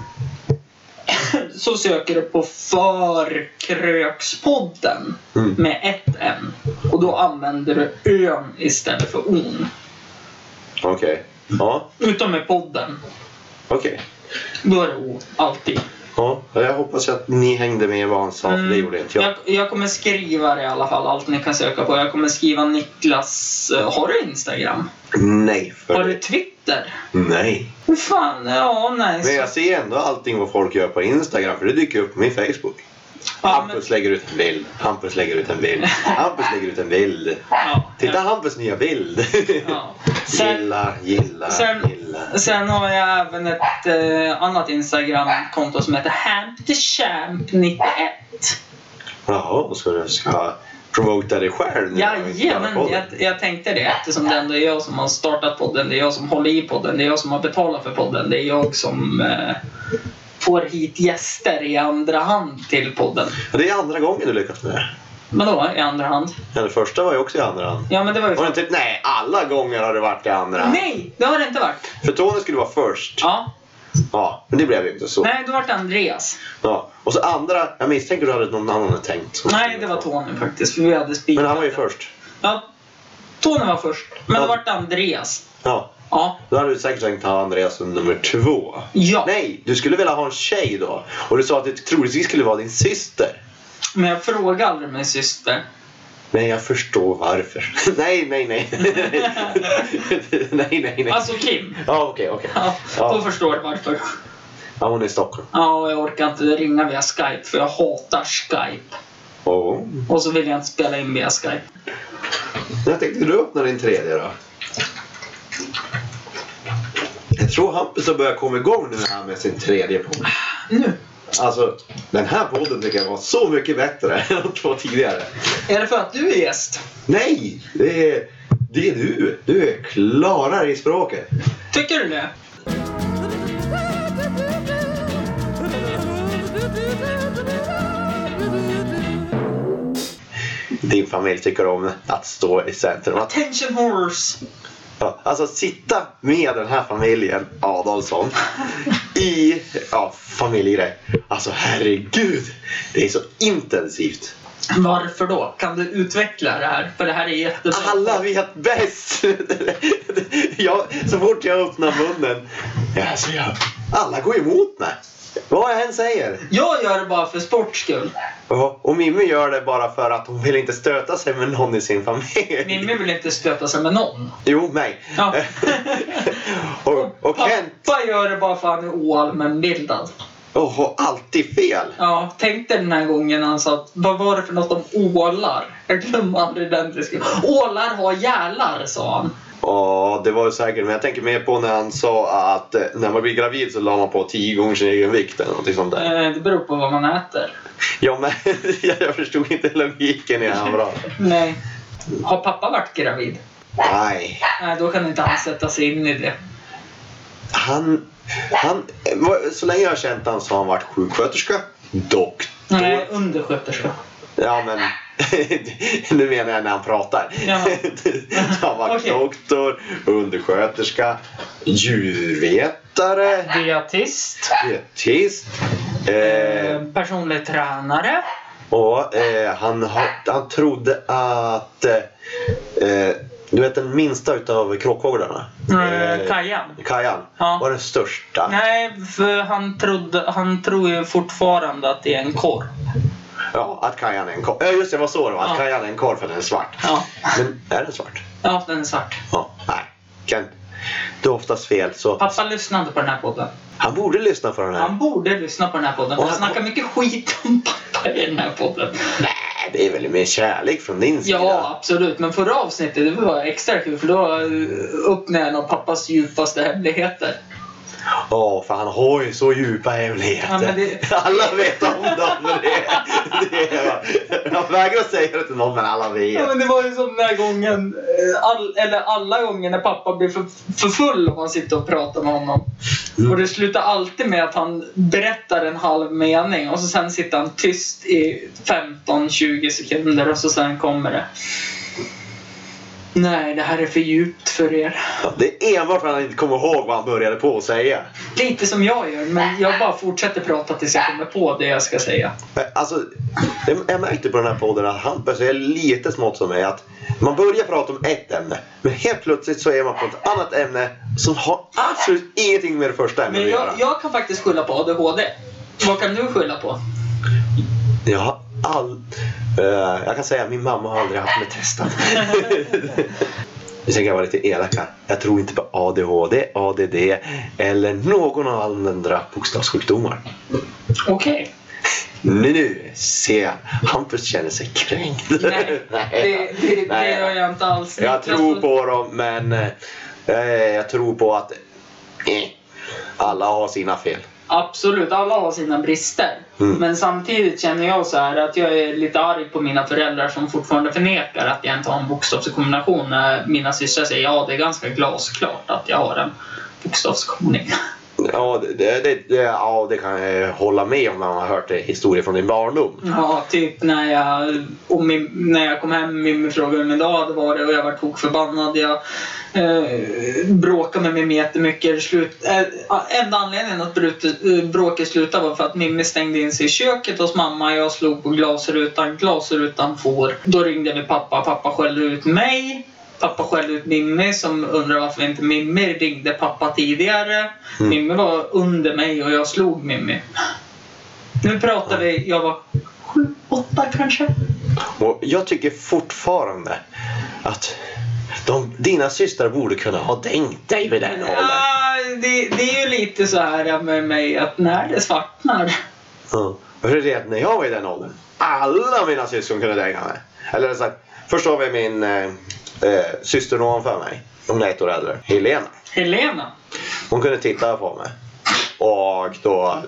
Så söker du på Förkrökspodden
Mm.
med ett N. Och då använder du ön istället för on.
Okej. Ja.
Utom med podden.
Okej.
Då är det o, alltid.
Ja. Jag hoppas att ni hängde med i vad han sa. för
Mm.
Det gjorde inte jag.
jag, jag kommer skriva det i alla fall, allt ni kan söka på. Jag kommer skriva Niklas... eh, Har du Instagram?
Nej.
Har
För...
du Twitter?
Nej.
Hur fan, ja, nej.
Men
så-
jag ser ändå allting vad folk gör på Instagram för det dyker upp på min Facebook.
ja, men,
Hampus lägger ut en bild. Hampus lägger ut en bild. Hampus lägger ut en bild.
ja,
Titta
ja,
Hampus nya bild.
ja. Sen,
Gilla, gilla,
sen-
gilla.
sen har jag även ett eh, annat Instagram-konto som heter Hamptechamp91.
Jaha, så du ska promota dig själv? nu?
Jajamän, jag, jag tänkte det eftersom det ändå är jag som har startat podden, det är jag som håller i podden, det är jag som har betalat för podden, det är jag som eh, får hit gäster i andra hand till podden.
Ja, Det är andra gången du lyckats med det.
Men då i andra hand?
Ja, det första var ju också i andra hand.
Ja, men det var ju...
Var det inte, nej, alla gånger har det varit i andra hand.
Nej, det har det inte varit.
För Tony skulle vara först.
Ja.
Ja, men det blev ju inte så.
Nej, då var det Andreas.
Ja. Och så andra, jag misstänker du hade någon annan tänkt. som
Nej,
skulle
det var
få.
Tony faktiskt, för vi hade spikat.
Men han var ju
det.
först.
Ja, Tony var först. Men
Ja.
då var det Andreas.
Ja.
Ja.
Då hade du säkert tänkt ha Andreas som nummer två.
Ja,
Nej, du skulle vilja ha en tjej då. Och du sa att det troligtvis skulle vara din syster.
men jag frågade aldrig min syster.
Nej, jag förstår varför. nej, nej, nej. nej, nej, nej.
Alltså Kim.
Ja, okej, okej.
Ja,
Ja.
då förstår du varför.
Ja, hon är i Stockholm.
Ja, och jag orkar inte ringa via Skype för jag hatar Skype.
Oh.
Och så vill jag inte spela in via Skype.
Jag tänkte du öppnar din tredje då. Jag tror Hampus har börjat komma igång nu här med sin tredje podd.
Nu!
Alltså, den här podden tycker jag var så mycket bättre än de två tidigare.
Är det för att du är gäst?
Nej, det är, det är du. Du är klarare i språket.
Tycker du det?
Din familj tycker om att stå i centrum. Att,
Attention horse!
ja, alltså sitta med den här familjen Adolfsson i ja, familjegrej. Alltså herregud, det är så intensivt.
Varför då? Kan du utveckla det här? För det här är jättebra.
Alla vet bäst! jag, så fort jag öppnar munnen, alltså jag, alla går emot mig. Vad jag än säger.
Jag gör det bara för sports skull.
Ja, Och Mimmi gör det bara för att hon vill inte stöta sig med någon i sin familj.
Mimmi vill inte stöta sig med någon.
Jo, mig.
Ja.
och, och Kent
Pappa gör det bara för att han är oallmänbildad.
oh, har alltid fel.
Ja, tänk dig den här gången han sa att vad var det för något om ålar? Jag glömmer aldrig den diskussionen. Ålar har gälar, sa han.
Ja, det var ju säkert. Men jag tänker mer på när han sa att eh, när man blir gravid så la man på 10 gånger sin egen vikt eller någonting sånt där.
Eh, Det beror på vad man äter.
Ja, men jag jag förstod inte logiken i det han bra.
Nej. Har pappa varit gravid?
Nej.
Nej, då kan inte han sätta sig in i det.
Han, han, så länge jag har känt honom så har han varit sjuksköterska, doktor.
Nej, undersköterska.
Ja, men nu menar jag när han pratar.
Jaha.
han var
Okej.
doktor, undersköterska, djurvetare,
Dietist.
dietist. Eh,
Eh, Personlig tränare.
och eh, han, har- han trodde att... Eh, eh, du vet den minsta utav kråkhåglarna?
Eh, Kajan.
Kajan.
Ja.
Var den största.
Nej, för han, trodde, han tror ju fortfarande att det är en korv.
Ja, att Kajan är en korv. Ja, just det, det var så det var. Att
Ja.
Kajan är en korv för den är svart.
Ja.
Men är den svart?
ja, den är svart.
Ja, nej. Kan... Du har oftast fel så...
Pappa lyssnade på den här podden.
Han borde lyssna på den här.
Han borde lyssna på den här podden. för
Och
Han
han-
snackar mycket skit om pappa i den här podden.
Nej, det är väl mer kärlek från din sida?
Ja, absolut. Men förra avsnittet det var extra kul för då eh, öppnade jag en av pappas djupaste hemligheter.
Ja, för han har ju så djupa
Ja,
hemligheter.
men det-
Alla vet om dem. Men det, det är... Han vägrar säga det till någon, men alla vet.
Ja, men det var ju som den här gången, eh, all, eller alla gånger när pappa blir för, för full och man sitter och pratar med honom.
Mm.
Och det slutar alltid med att han berättar en halv mening och så sen sitter han tyst i 15-20 sekunder och så sen kommer det. Nej, det här är för djupt för er.
Ja, Det är enbart för att han inte kommer ihåg vad han började på att säga.
Lite som jag gör, men jag bara fortsätter prata tills jag kommer på det jag ska säga.
Men Alltså, jag- jag märkte på den här podden att Hampus är lite smått som mig. Att man börjar prata om ett ämne, men helt plötsligt så är man på ett annat ämne som har absolut ingenting med det första ämnet
Men jag,
att göra.
jag kan faktiskt skylla på ADHD. Vad kan du skylla på?
Jag har all... Eh, jag kan säga att min mamma har aldrig haft mig testad. Nu tänker jag vara lite elak här. Jag tror inte på ADHD, ADD eller någon av alla andra bokstavssjukdomar.
Okej.
Nu ser jag. Hampus känner sig kränkt.
Nej, det, det, det
Nej.
gör jag inte alls.
Jag
Niklas-
tror på dem, men eh, eh, jag tror på att eh, alla har sina fel.
Absolut, alla har sina brister.
Mm.
Men samtidigt känner jag så här att jag är lite arg på mina föräldrar som fortfarande förnekar att jag inte har en bokstavskombination. När mina systrar säger ja, det är ganska glasklart att jag har en bokstavskombination.
Ja, Ja, det, det, det, ja, det kan jag hålla med om när man har hört det, historier från din barndom.
Ja, typ när jag, och min, när jag kom hem Mimmi frågade min dag det var det och jag var tokförbannad. Jag eh, bråkade med Mimmi jättemycket. Slut, eh, enda anledningen att brutet, eh, bråket slutade var för att Mimmi stängde in sig i köket hos mamma. Jag slog på glasrutan, glasrutan får. Då ringde vi pappa, pappa skällde ut mig. Pappa skällde ut Mimmi som undrade varför inte Mimmi ringde pappa tidigare.
Mm.
Mimmi var under mig och jag slog Mimmi. Nu pratar vi, jag var sju, åtta kanske.
Och jag tycker fortfarande att de, dina systrar borde kunna ha tänkt dig vid den åldern.
Ja, det, det är ju lite så här med mig att när det svartnar.
Ja. För det är det att när jag var i den åldern, alla mina syskon kunde dänga mig. Eller rätt sagt, först har vi min eh, eh, syster ovanför mig, hon är ett år äldre, Helena.
Helena.
Hon kunde titta på mig. Och då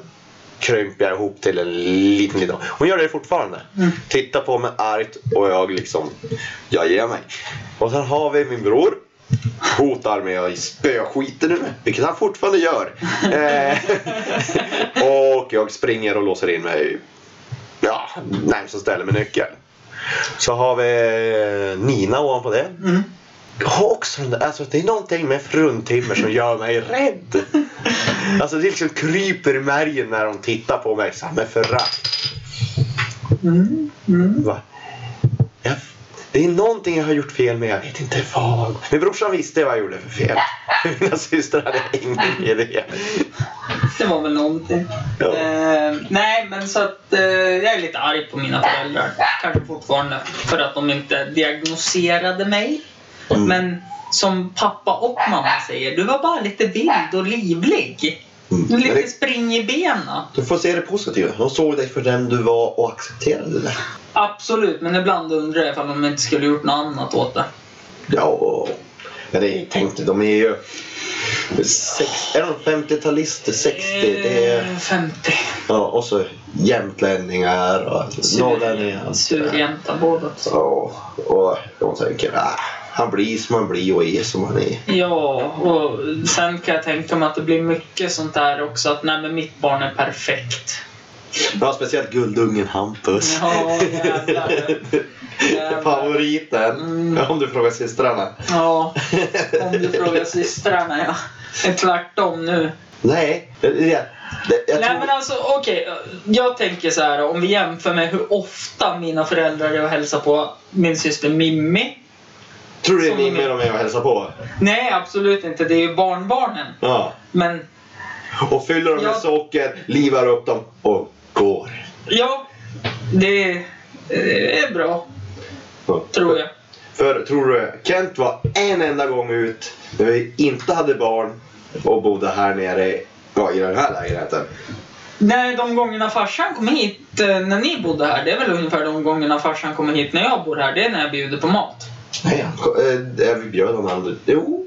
krymper jag ihop till en liten, liten... Hon gör det fortfarande.
Mm.
Tittar på mig argt och jag liksom... Jag ger mig. Och sen har vi min bror. Hotar med att spöskiter nu vilket han fortfarande gör. Eh, och jag springer och låser in mig ja, närmsta ställe med nyckeln. Så har vi eh, Nina ovanpå det.
Mm.
Jag har också den där, alltså det är någonting med fruntimmer som gör mig rädd. Alltså det liksom kryper i märgen när de tittar på mig så här med förakt.
Mm. Mm.
Va? Jag- Det är någonting jag har gjort fel med, jag vet inte vad. Min brorsan visste vad jag gjorde för fel. Mina systrar hade ingen idé.
Det var väl någonting.
Ja.
Eh, nej, men så att eh, jag är lite arg på mina föräldrar. Kanske fortfarande. För att de inte diagnoserade mig.
Mm.
Men som pappa och mamma säger, du var bara lite vild och livlig.
Mm. Men
Lite
det-
spring i benen.
Du får se det positiva. De såg dig för den du var och accepterade det.
Absolut, men ibland undrar jag ifall de inte skulle gjort något annat åt det.
Ja, men det tänkte de är ju... Sex, är de 50-talister? 60? Det är...
Eh, 50.
Ja, och så jämtlänningar och norrlänningar.
Surjämtar båda. två.
Ja, och de tänker ah, han blir som han blir och är som han är.
Ja, och sen kan jag tänka mig att det blir mycket sånt där också. Att nej, men mitt barn är perfekt.
Ja, speciellt guldungen Hampus.
Ja, jävlar. Jävlar.
Favoriten,
Mm.
om du frågar systrarna.
Ja, om du frågar systrarna ja. Det är tvärtom nu.
Nej, det, det, det, jag
Nej
tror...
men alltså okej, jag tänker så här om vi jämför med hur ofta mina föräldrar är och hälsar på min syster Mimmi.
Tror du det är
som-
ni med dem är och hälsar på?
Nej absolut inte, det är ju barnbarnen.
Ja.
Men
Och fyller dem med
Ja.
socker, livar upp dem och går.
ja, det eh, är bra
Ja.
tror jag.
För tror du, Kent var en enda gång ut när vi inte hade barn och bodde här nere ja, i den här lägenheten.
Nej, de gångerna farsan kom hit eh, när ni bodde här, det är väl ungefär de gångerna farsan kommer hit när jag bor här, det är när jag bjuder på mat.
Nej, han kom- eh, eh, vi bjöd honom aldrig. Jo.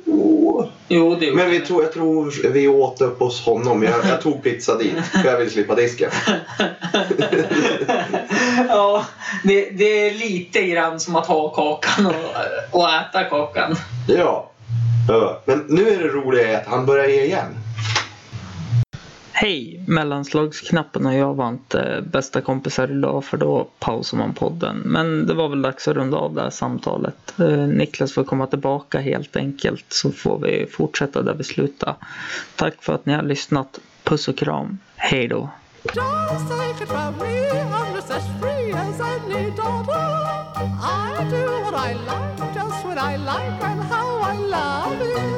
Jo, det gjorde
Men vi
ni.
tog, jag tror vi åt upp hos honom. Jag, jag tog pizza dit för jag ville slippa disken.
ja, det, det är lite grann som att ha kakan och, och äta kakan.
Ja. Ja. Men nu är det roliga att han börjar ge igen.
Hej! Mellanslagsknappen och jag var inte bästa kompisar idag för då pausar man podden. Men det var väl dags att runda av det här samtalet. Eh, Niklas får komma tillbaka helt enkelt så får vi fortsätta där vi slutade. Tack för att ni har lyssnat. Puss och kram. Hej då!
Just take it from me, I'm just as free as any daughter. I do what I like, just what I like, and how I love it.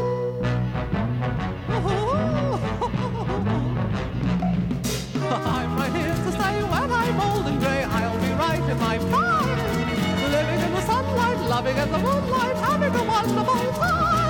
I'm right here to say when I'm old and grey, I'll be right in my prime. Living in the sunlight, loving in the moonlight, having a wonderful time.